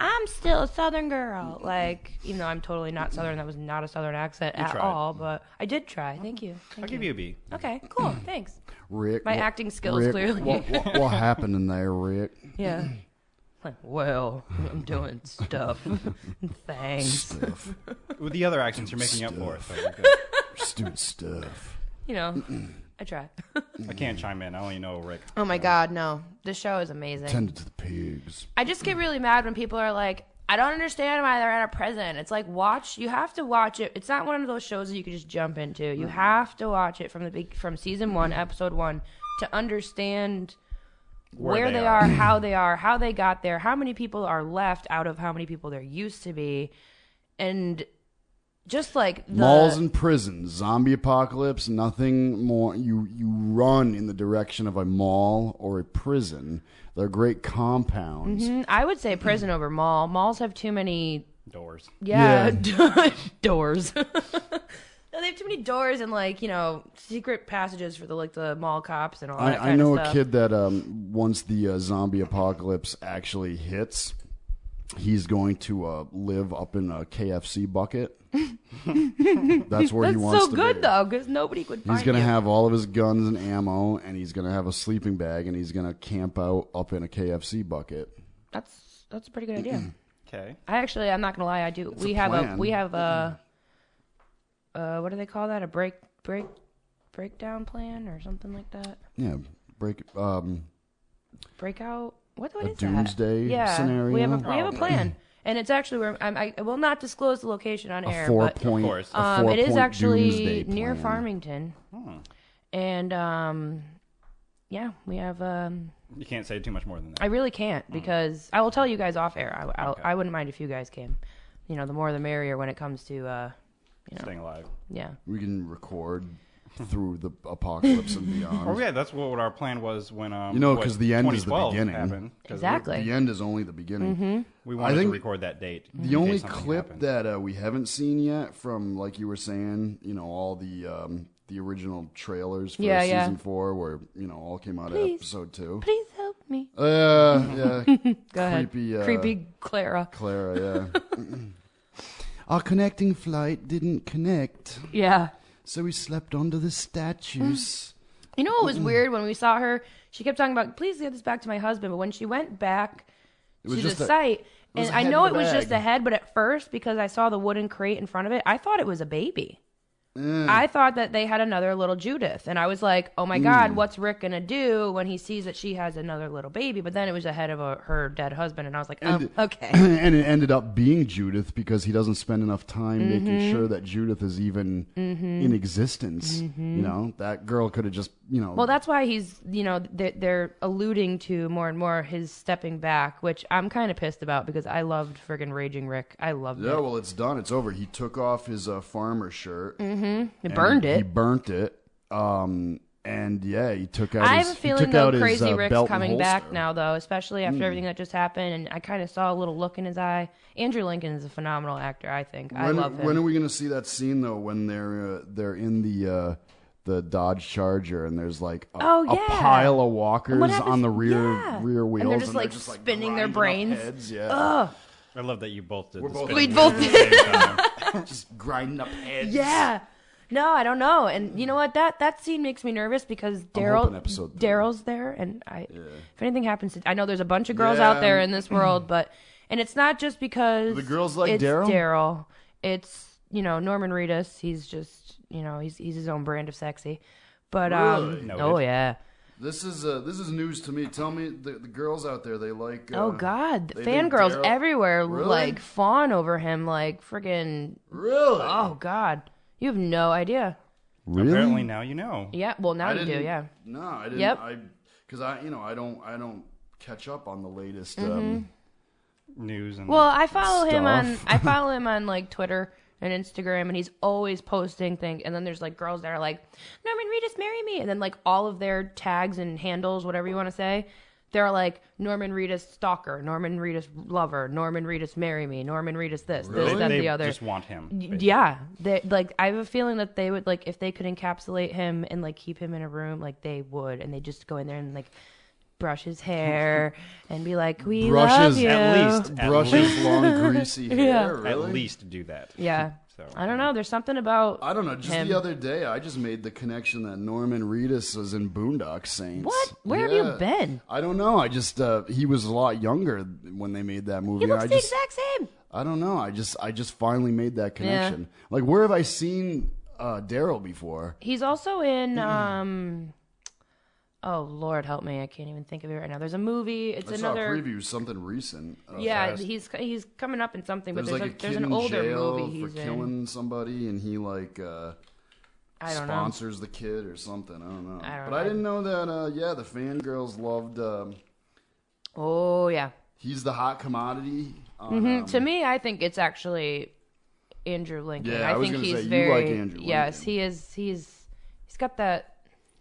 Speaker 2: I'm still a Southern girl. Like, even though I'm totally not Southern, that was not a Southern accent
Speaker 3: You
Speaker 2: at
Speaker 3: tried.
Speaker 2: all. But I did try. Thank you. Thank
Speaker 3: I'll give you a B.
Speaker 2: Okay, cool. Thanks.
Speaker 1: Rick,
Speaker 2: My
Speaker 1: wha-
Speaker 2: acting skills,
Speaker 1: Rick,
Speaker 2: clearly.
Speaker 1: What, what, what happened in there, Rick?
Speaker 2: Yeah. Like, well, I'm doing stuff. Thanks.
Speaker 1: Stuff.
Speaker 3: With the other accents, you're making up for it. so you're good.
Speaker 1: Stupid stuff.
Speaker 2: You know, I try.
Speaker 3: I can't chime in. I only know Rick.
Speaker 2: oh my God, no. This show is amazing.
Speaker 1: Tended to the pigs.
Speaker 2: I just get really mad when people are like, I don't understand why they're in a prison. It's like, watch, you have to watch it. It's not one of those shows that you can just jump into. You have to watch it from the big, from season one, episode one, to understand where, they, are. how they are, how they got there, how many people are left out of how many people there used to be, and just like the
Speaker 1: Malls and prisons, zombie apocalypse, nothing more. You you run in the direction of a mall or a prison. They're great compounds.
Speaker 2: Mhm, I would say prison over mall. Malls have too many
Speaker 3: Doors.
Speaker 2: Yeah, doors. no, they have too many doors and like you know secret passages for the like the mall cops and all that.
Speaker 1: I, I
Speaker 2: kind
Speaker 1: know
Speaker 2: of
Speaker 1: a
Speaker 2: stuff.
Speaker 1: kid that um, once the uh, zombie apocalypse actually hits, he's going to uh, live up in a KFC bucket. That's where
Speaker 2: That's
Speaker 1: he wants
Speaker 2: so
Speaker 1: to
Speaker 2: good
Speaker 1: be.
Speaker 2: though, because nobody could.
Speaker 1: He's
Speaker 2: find
Speaker 1: gonna
Speaker 2: you.
Speaker 1: have all of his guns and ammo, and he's gonna have a sleeping bag, and he's gonna camp out up in a KFC bucket.
Speaker 2: That's that's a pretty good idea.
Speaker 3: Okay.
Speaker 2: I actually, I'm not gonna lie, I do.
Speaker 1: a
Speaker 2: we have
Speaker 1: plan.
Speaker 2: a we have a uh, what do they call that? A break break breakdown plan or something like that.
Speaker 1: Yeah, break um,
Speaker 2: Breakout. What what
Speaker 1: A
Speaker 2: is that?
Speaker 1: doomsday
Speaker 2: yeah, We have a we have
Speaker 1: scenario? Oh,
Speaker 2: a plan, and it's actually where I'm, I, I will not disclose the location on
Speaker 1: a
Speaker 2: air.
Speaker 1: four
Speaker 2: but,
Speaker 1: point.
Speaker 3: Of course.
Speaker 1: a
Speaker 2: Um, it is
Speaker 1: four-point
Speaker 2: actually
Speaker 1: doomsday
Speaker 2: near
Speaker 1: plan. Hmm.
Speaker 2: Farmington, and um, yeah, we have. Um,
Speaker 3: You can't say too much more than
Speaker 2: I
Speaker 3: that.
Speaker 2: really can't
Speaker 1: Hmm.
Speaker 2: because I will tell you guys off air. I, I, I wouldn't mind if you guys came. You know, the more the merrier when it comes to, uh, you know,
Speaker 3: Staying alive.
Speaker 2: yeah.
Speaker 1: We can record
Speaker 3: Hmm.
Speaker 1: through the apocalypse and
Speaker 3: Oh
Speaker 1: beyond.
Speaker 3: yeah, that's what, what our plan was when um.
Speaker 1: You know,
Speaker 3: what,
Speaker 1: 'cause the end is the
Speaker 3: 2012
Speaker 1: beginning.
Speaker 3: happened, 'cause
Speaker 2: Exactly.
Speaker 1: The end is only the beginning.
Speaker 2: Mm-hmm.
Speaker 3: We, we wanted
Speaker 1: think
Speaker 3: to record that date.
Speaker 1: The only clip that uh, we haven't seen yet from, like you were saying, you know, all the um, the original trailers for
Speaker 2: Yeah, yeah.
Speaker 1: season four, where you know all came out of
Speaker 2: Please.
Speaker 1: episode two.
Speaker 2: Please help me.
Speaker 1: Uh, yeah,
Speaker 2: Go ahead.
Speaker 1: creepy, uh,
Speaker 2: creepy Clara.
Speaker 1: Clara. Yeah. Our connecting flight didn't connect,
Speaker 2: Yeah.
Speaker 1: so we slept under the statues.
Speaker 2: You know what was weird when we saw her? She kept talking about, please give this back to my husband. But when she went back to
Speaker 1: was
Speaker 2: the
Speaker 1: just a-
Speaker 2: site,
Speaker 1: was
Speaker 2: and
Speaker 1: a
Speaker 2: I
Speaker 1: head
Speaker 2: know it
Speaker 1: with a
Speaker 2: was just
Speaker 1: bag.
Speaker 2: a head, but at first, because I saw the wooden crate in front of it, I thought it was a baby.
Speaker 1: Mm.
Speaker 2: I thought that they had another little Judith. And I was like, oh my
Speaker 1: Mm.
Speaker 2: God, what's Rick going to do when he sees that she has another little baby? But then it was the head of a, her dead husband. And I was like, um, okay.
Speaker 1: and it ended up being Judith because he doesn't spend enough time making
Speaker 2: Mm-hmm.
Speaker 1: sure that Judith is even in existence. You know, that girl could have just, you know,
Speaker 2: Mm-hmm. Well, that's why he's, you know, they're, they're alluding to more and more his stepping back, which I'm kind of pissed about because I loved friggin' Raging Rick. I loved
Speaker 1: yeah,
Speaker 2: it.
Speaker 1: well, it's done. It's over. He took off his uh, farmer shirt.
Speaker 2: It Mm-hmm. burned
Speaker 1: He
Speaker 2: it.
Speaker 1: burnt it. Um, And yeah, he took out.
Speaker 2: I
Speaker 1: his,
Speaker 2: have a
Speaker 1: he
Speaker 2: feeling
Speaker 1: took
Speaker 2: though,
Speaker 1: out his,
Speaker 2: Crazy
Speaker 1: uh,
Speaker 2: Rick's
Speaker 1: belt and
Speaker 2: coming
Speaker 1: holster.
Speaker 2: back now though, especially after
Speaker 1: Mm.
Speaker 2: everything that just happened, and I kind of saw a little look in his eye. Andrew Lincoln is a phenomenal actor. I think I
Speaker 1: when,
Speaker 2: love him.
Speaker 1: when are we going to see that scene though? When they're uh, they're in the uh, the Dodge Charger and there's like a,
Speaker 2: Oh,
Speaker 1: a
Speaker 2: yeah.
Speaker 1: pile of walkers
Speaker 2: happens-
Speaker 1: on the rear
Speaker 2: yeah.
Speaker 1: rear
Speaker 2: And
Speaker 1: wheels,
Speaker 2: they're just, like, spinning their
Speaker 1: grinding up
Speaker 2: brains.
Speaker 1: Heads, yeah.
Speaker 2: Ugh.
Speaker 3: I love that you both did.
Speaker 1: We're
Speaker 3: the
Speaker 1: both-
Speaker 3: spinning
Speaker 1: We
Speaker 3: wheel at
Speaker 1: both
Speaker 3: the same
Speaker 1: did.
Speaker 3: time.
Speaker 1: Just grinding up heads.
Speaker 2: Yeah. No, I don't know. And you know what? That that scene makes me nervous because Daryl
Speaker 1: hoping episode three.
Speaker 2: Daryl's there and I if anything happens to I know there's a bunch of girls out
Speaker 1: Yeah.
Speaker 2: there in this world, but and it's not just because
Speaker 1: Do the girls like
Speaker 2: it's
Speaker 1: Daryl?
Speaker 2: Daryl. It's you know, Norman Reedus, he's just you know, he's he's his own brand of sexy. But
Speaker 1: Really?
Speaker 2: um
Speaker 1: Noted.
Speaker 2: oh yeah.
Speaker 1: This is uh, this is news to me. Tell me the, the girls out there they like. Uh,
Speaker 2: Oh God,
Speaker 1: they think
Speaker 2: fangirls
Speaker 1: Daryl-
Speaker 2: everywhere
Speaker 1: Really?
Speaker 2: like fawn over him, like friggin'
Speaker 1: Really?
Speaker 2: Oh God, you have no idea.
Speaker 1: Really?
Speaker 3: Apparently now you know.
Speaker 2: Yeah, well now
Speaker 1: I
Speaker 2: you do.
Speaker 1: didn't-
Speaker 2: Yeah.
Speaker 1: No, I didn't.
Speaker 2: Yep.
Speaker 1: I because I you know I don't I don't catch up on the latest
Speaker 2: Mhm.
Speaker 1: um,
Speaker 3: news and
Speaker 2: Well, I follow him on
Speaker 1: stuff.
Speaker 2: I follow him on like Twitter and Instagram, and he's always posting things. And then there's like girls that are like, Norman Reedus, marry me, and then like all of their tags and handles, whatever you want to say. They're like Norman Reedus stalker, Norman Reedus lover, Norman Reedus marry me, Norman Reedus this,
Speaker 3: Really?
Speaker 2: this, that,
Speaker 3: They
Speaker 2: the other.
Speaker 3: just want him,
Speaker 2: Y-
Speaker 3: basically.
Speaker 2: Yeah, they like. I have a feeling that they would like if they could encapsulate him and like keep him in a room, like they would, and they just go in there and like brush his hair and be like, "We love
Speaker 1: brushes
Speaker 2: you."
Speaker 1: brushes long greasy hair.
Speaker 2: Mm-hmm. Yeah.
Speaker 1: really?
Speaker 3: At least do that.
Speaker 2: Yeah.
Speaker 3: So
Speaker 2: I don't know. There's something about
Speaker 1: I don't know. Just
Speaker 2: him.
Speaker 1: the other day, I just made the connection that Norman Reedus was in Boondock Saints.
Speaker 2: What? Where have you
Speaker 1: Yeah.
Speaker 2: been?
Speaker 1: I don't know. I just uh, he was a lot younger when they made that movie.
Speaker 2: He looks
Speaker 1: I
Speaker 2: the
Speaker 1: just
Speaker 2: exact same.
Speaker 1: I don't know. I just I just finally made that connection. Like where have I seen uh, Daryl before?
Speaker 2: He's also in um Oh Lord help me. I can't even think of it right now. There's a movie. It's
Speaker 1: I saw
Speaker 2: another
Speaker 1: a preview something recent. Uh,
Speaker 2: Yeah,
Speaker 1: fast.
Speaker 2: he's he's coming up in something,
Speaker 1: There's
Speaker 2: but there's
Speaker 1: like a
Speaker 2: a,
Speaker 1: kid
Speaker 2: there's an
Speaker 1: in
Speaker 2: older
Speaker 1: jail
Speaker 2: movie
Speaker 1: for
Speaker 2: he's
Speaker 1: killing
Speaker 2: in.
Speaker 1: somebody, and he like uh,
Speaker 2: I don't know.
Speaker 1: sponsors the kid or something. I don't know.
Speaker 2: I don't
Speaker 1: but
Speaker 2: know.
Speaker 1: I didn't know that. Uh, yeah, the fangirls loved. Um,
Speaker 2: oh yeah.
Speaker 1: he's the hot commodity. on,
Speaker 2: hmm
Speaker 1: um,
Speaker 2: to me, I think it's actually Andrew Lincoln.
Speaker 1: Yeah, I
Speaker 2: I,
Speaker 1: was
Speaker 2: think
Speaker 1: gonna
Speaker 2: he's
Speaker 1: say, you
Speaker 2: very
Speaker 1: like Andrew
Speaker 2: yes. He is. He's he's got that.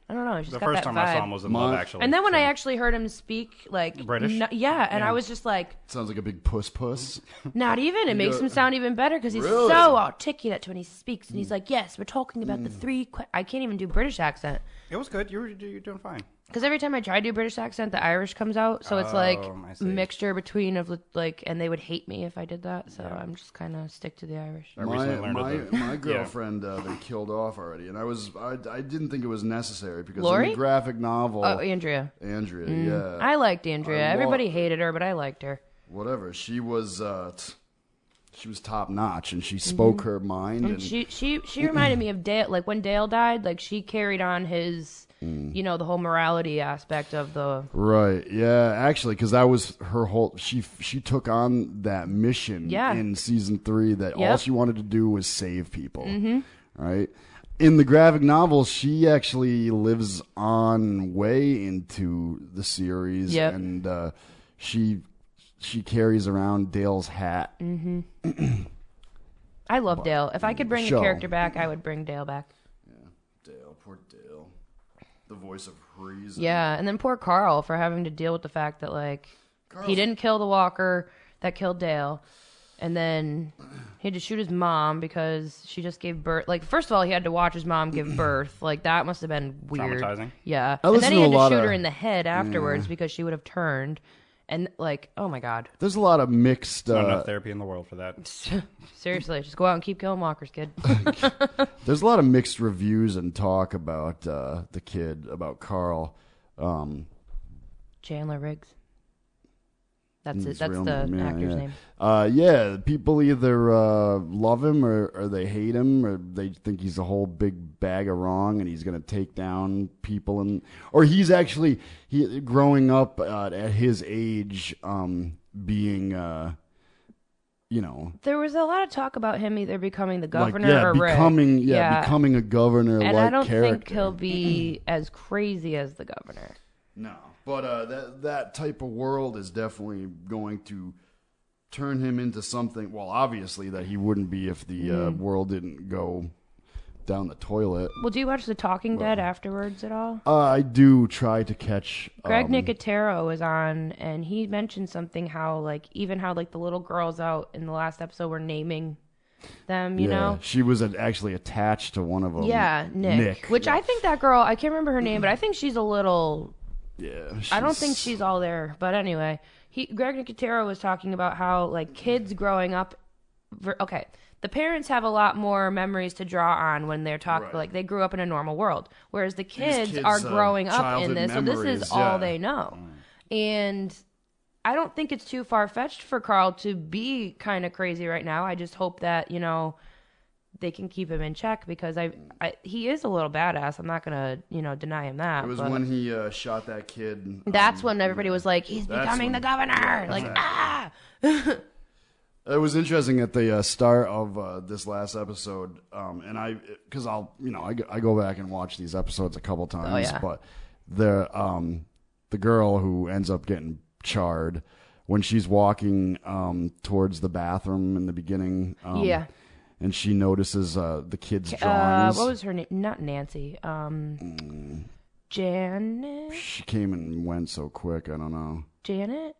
Speaker 2: I don't know. He's just
Speaker 3: The
Speaker 2: got that
Speaker 3: first time I saw
Speaker 2: vibe.
Speaker 3: him was in Love, actually.
Speaker 2: And then when I actually heard him speak, like
Speaker 3: British?
Speaker 2: no- yeah, and
Speaker 3: Yeah.
Speaker 2: I was just like,
Speaker 1: sounds like a big puss puss.
Speaker 2: Not even. It makes
Speaker 1: Yeah.
Speaker 2: him sound even better because he's
Speaker 1: Really?
Speaker 2: so articulate when he speaks, and
Speaker 3: Mm.
Speaker 2: he's like, "Yes, we're talking about the three." Que-. I can't even do British accent
Speaker 3: It was good. You were you're doing fine.
Speaker 2: because every time I try to do British accent, the Irish comes out, so it's like
Speaker 3: Oh, I see.
Speaker 2: mixture between of like, and they would hate me if I did that. So I'm just kind of stick to the Irish.
Speaker 3: I recently learned
Speaker 1: my,
Speaker 3: of the-
Speaker 1: my
Speaker 3: Yeah.
Speaker 1: girlfriend uh, they killed off already, and I was I, I didn't think it was necessary because in
Speaker 2: Lori?
Speaker 1: the graphic novel.
Speaker 2: Oh, Andrea.
Speaker 1: Andrea,
Speaker 2: Mm.
Speaker 1: yeah,
Speaker 2: I liked Andrea.
Speaker 1: I lo-
Speaker 2: Everybody hated her, but I liked her.
Speaker 1: whatever she was. Uh, t- she was top notch, and she spoke her mind.
Speaker 2: Mm-hmm. And
Speaker 1: And
Speaker 2: she she she reminded me of Dale. Like when Dale died, like she carried on his,
Speaker 1: Mm.
Speaker 2: you know, the whole morality aspect of the
Speaker 1: Right. Yeah. Actually, because that was her whole. She she took on that mission
Speaker 2: Yeah.
Speaker 1: in season three. That all
Speaker 2: Yep.
Speaker 1: she wanted to do was save people.
Speaker 2: Mhm.
Speaker 1: Right. In the graphic novel, she actually lives on way into the series,
Speaker 2: Yep.
Speaker 1: and uh, she she carries around Dale's hat.
Speaker 2: hmm I love Dale. If I could bring
Speaker 1: Show.
Speaker 2: the character back, I would bring Dale back.
Speaker 1: Dale, poor Dale, the voice of reason.
Speaker 2: Yeah, and then poor Carl for having to deal with the fact that like
Speaker 1: Carl's-
Speaker 2: he didn't kill the walker that killed Dale, and then he had to shoot his mom because she just gave birth. Like first of all, he had to watch his mom give birth. Like that must have been weird.
Speaker 3: Traumatizing.
Speaker 2: Yeah,
Speaker 1: I
Speaker 2: and
Speaker 1: listen
Speaker 2: then he
Speaker 1: to a
Speaker 2: had to,
Speaker 1: lot
Speaker 2: shoot
Speaker 1: of-
Speaker 2: her in the head afterwards
Speaker 1: Yeah.
Speaker 2: because she would have turned. And like, oh my god,
Speaker 1: There's a lot of mixed.
Speaker 3: Not
Speaker 1: Uh,
Speaker 3: enough therapy in the world for that.
Speaker 2: seriously, just go out and keep killing walkers, kid.
Speaker 1: There's a lot of mixed reviews and talk about uh, the kid, about Carl. Um,
Speaker 2: Chandler Riggs. That's it.
Speaker 1: his
Speaker 2: That's
Speaker 1: real
Speaker 2: the
Speaker 1: yeah,
Speaker 2: actor's
Speaker 1: yeah.
Speaker 2: name.
Speaker 1: Uh, yeah, people either uh, love him or, or they hate him, or they think he's a whole big bag of wrong, and he's going to take down people, and or he's actually he growing up uh, at his age, um, being uh, you know
Speaker 2: There was a lot of talk about him either becoming the governor
Speaker 1: like, yeah,
Speaker 2: or Rick.
Speaker 1: becoming yeah, becoming a governor
Speaker 2: And I
Speaker 1: like
Speaker 2: don't
Speaker 1: character.
Speaker 2: think he'll be as crazy as the governor.
Speaker 1: No, but uh, that that type of world is definitely going to turn him into something. Well, obviously that he wouldn't be if the uh,
Speaker 2: Mm.
Speaker 1: world didn't go down the toilet.
Speaker 2: Well, do you watch The Talking Dead afterwards at all?
Speaker 1: Uh, I do try to catch
Speaker 2: Greg
Speaker 1: um,
Speaker 2: Nicotero was on, and he mentioned something how like even how like the little girls out in the last episode were naming them, you
Speaker 1: yeah,
Speaker 2: know.
Speaker 1: she was uh, actually attached to one of them.
Speaker 2: yeah, Nick. Which I think that girl, I can't remember her name, but I think she's a little.
Speaker 1: Yeah.
Speaker 2: I don't think she's all there. But anyway, he Greg Nicotero was talking about how like kids growing up. ver- Okay, the parents have a lot more memories to draw on when they're talking.
Speaker 11: Right.
Speaker 2: Like they grew up in a normal world, whereas the kids,
Speaker 11: kids,
Speaker 2: are
Speaker 11: uh,
Speaker 2: growing up in
Speaker 11: childhood
Speaker 2: this. so this
Speaker 11: memories,
Speaker 2: is all
Speaker 11: yeah.
Speaker 2: they know, and. I don't think it's too far fetched for Carl to be kind of crazy right now. I just hope that, you know, they can keep him in check because I, I he is a little badass. I'm not gonna you know deny him that.
Speaker 1: It was
Speaker 2: but-
Speaker 1: when he uh, shot that kid.
Speaker 2: that's when everybody was like, he's
Speaker 1: That's
Speaker 2: becoming
Speaker 1: when-
Speaker 2: the governor.
Speaker 1: Yeah,
Speaker 2: like
Speaker 1: exactly.
Speaker 2: ah,
Speaker 1: It was interesting at the uh, start of uh, this last episode, um, and I, because I'll, you know, I, go- I go back and watch these episodes a couple times,
Speaker 2: Oh, yeah.
Speaker 1: but the um, the girl who ends up getting charred when she's walking um, towards the bathroom in the beginning, um,
Speaker 2: Yeah.
Speaker 1: and she notices uh, the kid's
Speaker 2: uh,
Speaker 1: drawings.
Speaker 2: what was her name? Not Nancy. Um, Janet.
Speaker 1: she came and went so quick. I don't know.
Speaker 2: Janet.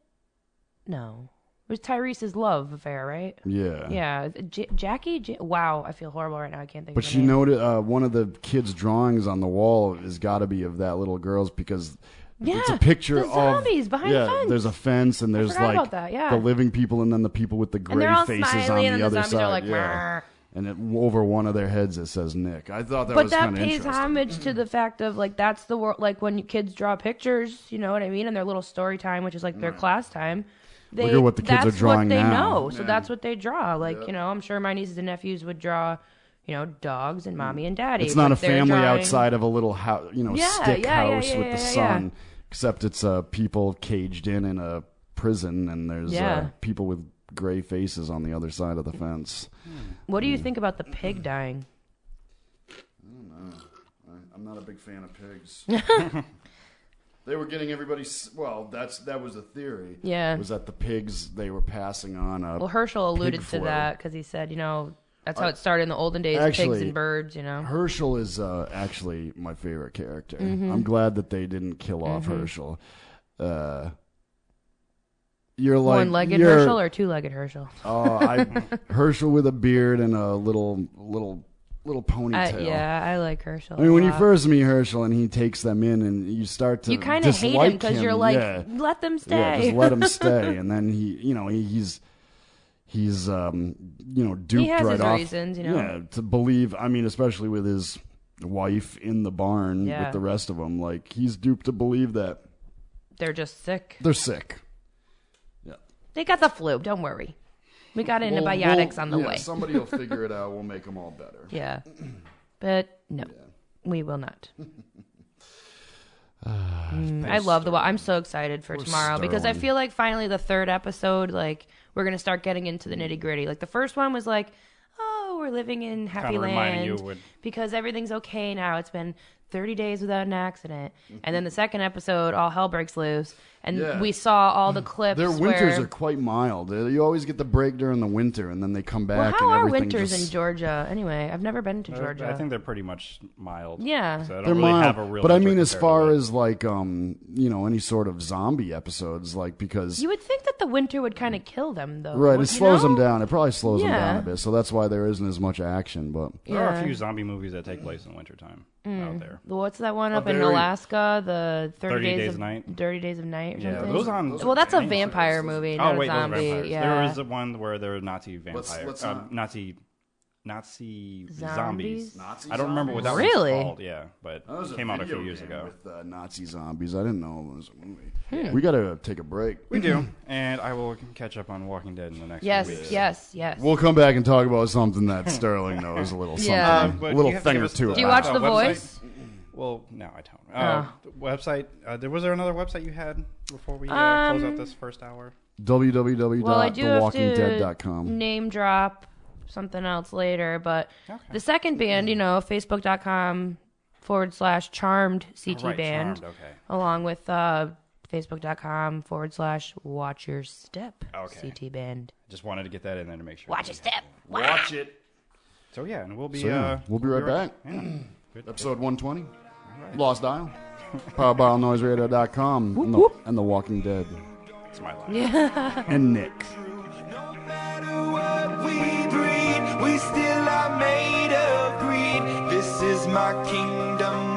Speaker 2: No, it was Tyrese's love affair, right?
Speaker 1: Yeah.
Speaker 2: Yeah, J- Jackie. J- wow, I feel horrible right now. I can't think.
Speaker 1: But
Speaker 2: of her
Speaker 1: she
Speaker 2: name.
Speaker 1: noted uh, one of the kids' drawings on the wall has got to be of that little girl's because it's
Speaker 2: Yeah,
Speaker 1: a picture
Speaker 2: the
Speaker 1: of
Speaker 2: zombies behind the
Speaker 1: yeah,
Speaker 2: fence.
Speaker 1: There's a fence and there's
Speaker 2: forgot
Speaker 1: like
Speaker 2: about that, yeah.
Speaker 1: the living people and then the people with the
Speaker 2: And
Speaker 1: gray
Speaker 2: they're all
Speaker 1: faces
Speaker 2: smiling and
Speaker 1: on the
Speaker 2: the
Speaker 1: other
Speaker 2: zombies are
Speaker 1: side.
Speaker 2: like, "Brrr."
Speaker 1: yeah. And it, over one of their heads it says Nick. I thought that
Speaker 2: but
Speaker 1: was
Speaker 2: that
Speaker 1: kind of
Speaker 2: pays
Speaker 1: interesting.
Speaker 2: homage to the fact of like that's the world like when kids draw pictures you know what i mean and their little story time which is like their class time they,
Speaker 1: Look at what the kids are
Speaker 2: that's what
Speaker 1: drawing
Speaker 2: they
Speaker 1: now.
Speaker 2: know so
Speaker 1: Yeah.
Speaker 2: that's what they draw like you know i'm sure my nieces and nephews would draw you know dogs and mommy and daddy
Speaker 1: It's not
Speaker 2: but
Speaker 1: a
Speaker 2: they're
Speaker 1: family
Speaker 2: drawing-
Speaker 1: outside of a little house, you know,
Speaker 2: Yeah,
Speaker 1: stick
Speaker 2: yeah, yeah,
Speaker 1: house
Speaker 2: yeah,
Speaker 1: with
Speaker 2: yeah,
Speaker 1: the
Speaker 2: yeah,
Speaker 1: sun. Except it's uh, people caged in in a prison, and there's uh,
Speaker 2: Yeah.
Speaker 1: people with gray faces on the other side of the fence.
Speaker 2: what do
Speaker 1: Mm.
Speaker 2: you think about the
Speaker 1: Mm-hmm.
Speaker 2: pig dying
Speaker 1: I- I'm not a big fan of pigs. they were getting everybody's. Well, that's that was the theory.
Speaker 2: Yeah.
Speaker 1: was that the pigs they were passing on a.
Speaker 2: well herschel
Speaker 1: pig
Speaker 2: alluded to
Speaker 1: flu.
Speaker 2: that because he said you know that's how
Speaker 1: I-
Speaker 2: it started in the olden days pigs
Speaker 1: Actually,
Speaker 2: and birds you know
Speaker 1: Herschel is uh, actually my favorite character.
Speaker 2: Mhm.
Speaker 1: I'm glad that they didn't kill off
Speaker 2: Mhm.
Speaker 1: Herschel. Uh, you're like
Speaker 2: one-legged
Speaker 1: you're-
Speaker 2: herschel or two-legged herschel
Speaker 1: Oh, I Herschel with a beard and a little little little ponytail.
Speaker 2: I- Uh, yeah i like herschel
Speaker 1: I mean,
Speaker 2: a
Speaker 1: when you
Speaker 2: lot.
Speaker 1: first meet Herschel and he takes them in, and you start to
Speaker 2: you kind of hate him
Speaker 1: dislike
Speaker 2: because you're like,
Speaker 1: yeah.
Speaker 2: let them stay.
Speaker 1: Yeah, just let him stay, and then he, you know, he, he's he's um, you know, duped
Speaker 2: has
Speaker 1: right
Speaker 2: his
Speaker 1: off.
Speaker 2: reasons, you know.
Speaker 1: Yeah, to believe. I mean, especially with his wife in the barn
Speaker 2: Yeah.
Speaker 1: with the rest of them, like he's duped to believe that
Speaker 2: They're just sick.
Speaker 1: they're sick.
Speaker 2: They got the flu. Don't worry. We got
Speaker 1: We'll-
Speaker 2: antibiotics
Speaker 1: we'll-
Speaker 2: on the
Speaker 1: yeah,
Speaker 2: way.
Speaker 1: somebody will figure it out. We'll make them all better.
Speaker 2: yeah, but no, we will not.
Speaker 3: Ah,
Speaker 2: Mm, I love the. wa- I'm so excited for
Speaker 11: Poor
Speaker 2: tomorrow because I
Speaker 11: Sterling.
Speaker 2: feel like finally the third episode, like we're gonna start getting into the nitty gritty. Like the first one was like, oh, we're living in happy
Speaker 3: Kinda reminding
Speaker 2: land
Speaker 3: you what-
Speaker 2: because everything's okay now. It's been 30 days without an accident, and then the second episode, all hell breaks loose, and
Speaker 1: Mm-hmm. Yeah.
Speaker 2: we saw all
Speaker 3: Mm.
Speaker 2: the clips.
Speaker 1: Their winters
Speaker 2: where-
Speaker 1: are quite mild. Uh, You always get the break during the winter, and then they come
Speaker 2: Well,
Speaker 1: back.
Speaker 2: how
Speaker 1: and
Speaker 2: are
Speaker 1: everything
Speaker 2: winters
Speaker 1: just-
Speaker 2: in Georgia? Anyway, I've never been to
Speaker 3: I-
Speaker 2: Georgia.
Speaker 3: I think they're pretty much mild.
Speaker 2: Yeah.
Speaker 3: So I don't
Speaker 1: They're
Speaker 3: really
Speaker 1: mild,
Speaker 3: have a real
Speaker 1: but I
Speaker 3: winter
Speaker 1: mean, as
Speaker 3: comparative.
Speaker 1: far as like um, you know, any sort of zombie episodes, like because
Speaker 2: you would think that the winter would kind of kill them, though.
Speaker 1: right,
Speaker 2: you
Speaker 1: it slows
Speaker 2: know?
Speaker 1: them down. It probably slows them down
Speaker 2: Yeah.
Speaker 1: a bit, so that's why there isn't as much action. But
Speaker 3: there are
Speaker 2: Yeah.
Speaker 3: a few zombie movies that take place in wintertime out
Speaker 2: Mm.
Speaker 3: there.
Speaker 2: The- What's that one up
Speaker 3: Oh,
Speaker 2: in
Speaker 3: very-
Speaker 2: Alaska? The 30,
Speaker 3: 30
Speaker 2: days,
Speaker 3: Days
Speaker 2: of
Speaker 3: Night?
Speaker 2: Thirty Days of Night. Or
Speaker 3: Yeah,
Speaker 2: something?
Speaker 3: those on- those
Speaker 2: well,
Speaker 3: are
Speaker 2: that's a
Speaker 3: vampires.
Speaker 2: vampire movie,
Speaker 3: oh
Speaker 2: not
Speaker 3: wait,
Speaker 2: a
Speaker 3: those are
Speaker 2: zombie.
Speaker 3: vampires.
Speaker 2: yeah.
Speaker 3: There is the one where they're Nazi vampires.
Speaker 1: Let's- let's
Speaker 3: uh,
Speaker 1: not-
Speaker 3: Nazi, Nazi
Speaker 1: Zombies?
Speaker 3: zombies.
Speaker 1: Nazi
Speaker 3: I don't remember what that
Speaker 1: zombies?
Speaker 3: was
Speaker 1: Really?
Speaker 3: called. Yeah, but
Speaker 1: That was
Speaker 3: came out a
Speaker 1: video
Speaker 3: few years
Speaker 1: game
Speaker 3: ago.
Speaker 1: with uh, Nazi zombies. I didn't know it was a movie.
Speaker 2: Hmm.
Speaker 1: We got to take a break.
Speaker 3: We do, and I will catch up on Walking Dead in the next.
Speaker 2: Yes,
Speaker 3: few weeks.
Speaker 2: yes, yes.
Speaker 1: We'll come back and talk about something that Sterling knows a little something,
Speaker 2: Hmm. Yeah. Uh,
Speaker 1: a
Speaker 3: but
Speaker 1: little
Speaker 3: you have to
Speaker 1: thing
Speaker 3: give
Speaker 1: or
Speaker 3: us
Speaker 1: two.
Speaker 3: the-
Speaker 2: Do you watch
Speaker 3: uh,
Speaker 2: The
Speaker 3: website?
Speaker 2: Voice?
Speaker 3: Well, no, I
Speaker 2: Oh.
Speaker 3: don't. Uh, the Website. Uh, there was there another website you had before we uh, close
Speaker 2: Um,
Speaker 3: out this first hour?
Speaker 2: Well, I do have to
Speaker 1: www.thewalkingdead.com.
Speaker 2: name drop something else later, but the second band, you know, facebook.com forward slash charmed CT
Speaker 11: Oh, right,
Speaker 2: band,
Speaker 11: Charmed, okay.
Speaker 2: along with uh, facebook.com forward slash watch your step
Speaker 3: Okay.
Speaker 2: CT band.
Speaker 3: Just wanted to get that in there to make sure.
Speaker 2: Watch your step.
Speaker 3: Watch it. So yeah, and we'll be
Speaker 1: So, yeah,
Speaker 3: uh,
Speaker 1: we'll be right back.
Speaker 3: Yeah.
Speaker 1: Episode 120, Lost Dial, PowerBileNoiseRadio.com, and, the, and The Walking Dead.
Speaker 3: It's my life.
Speaker 1: Yeah. and Nick.
Speaker 8: We still are made of greed. This is my kingdom.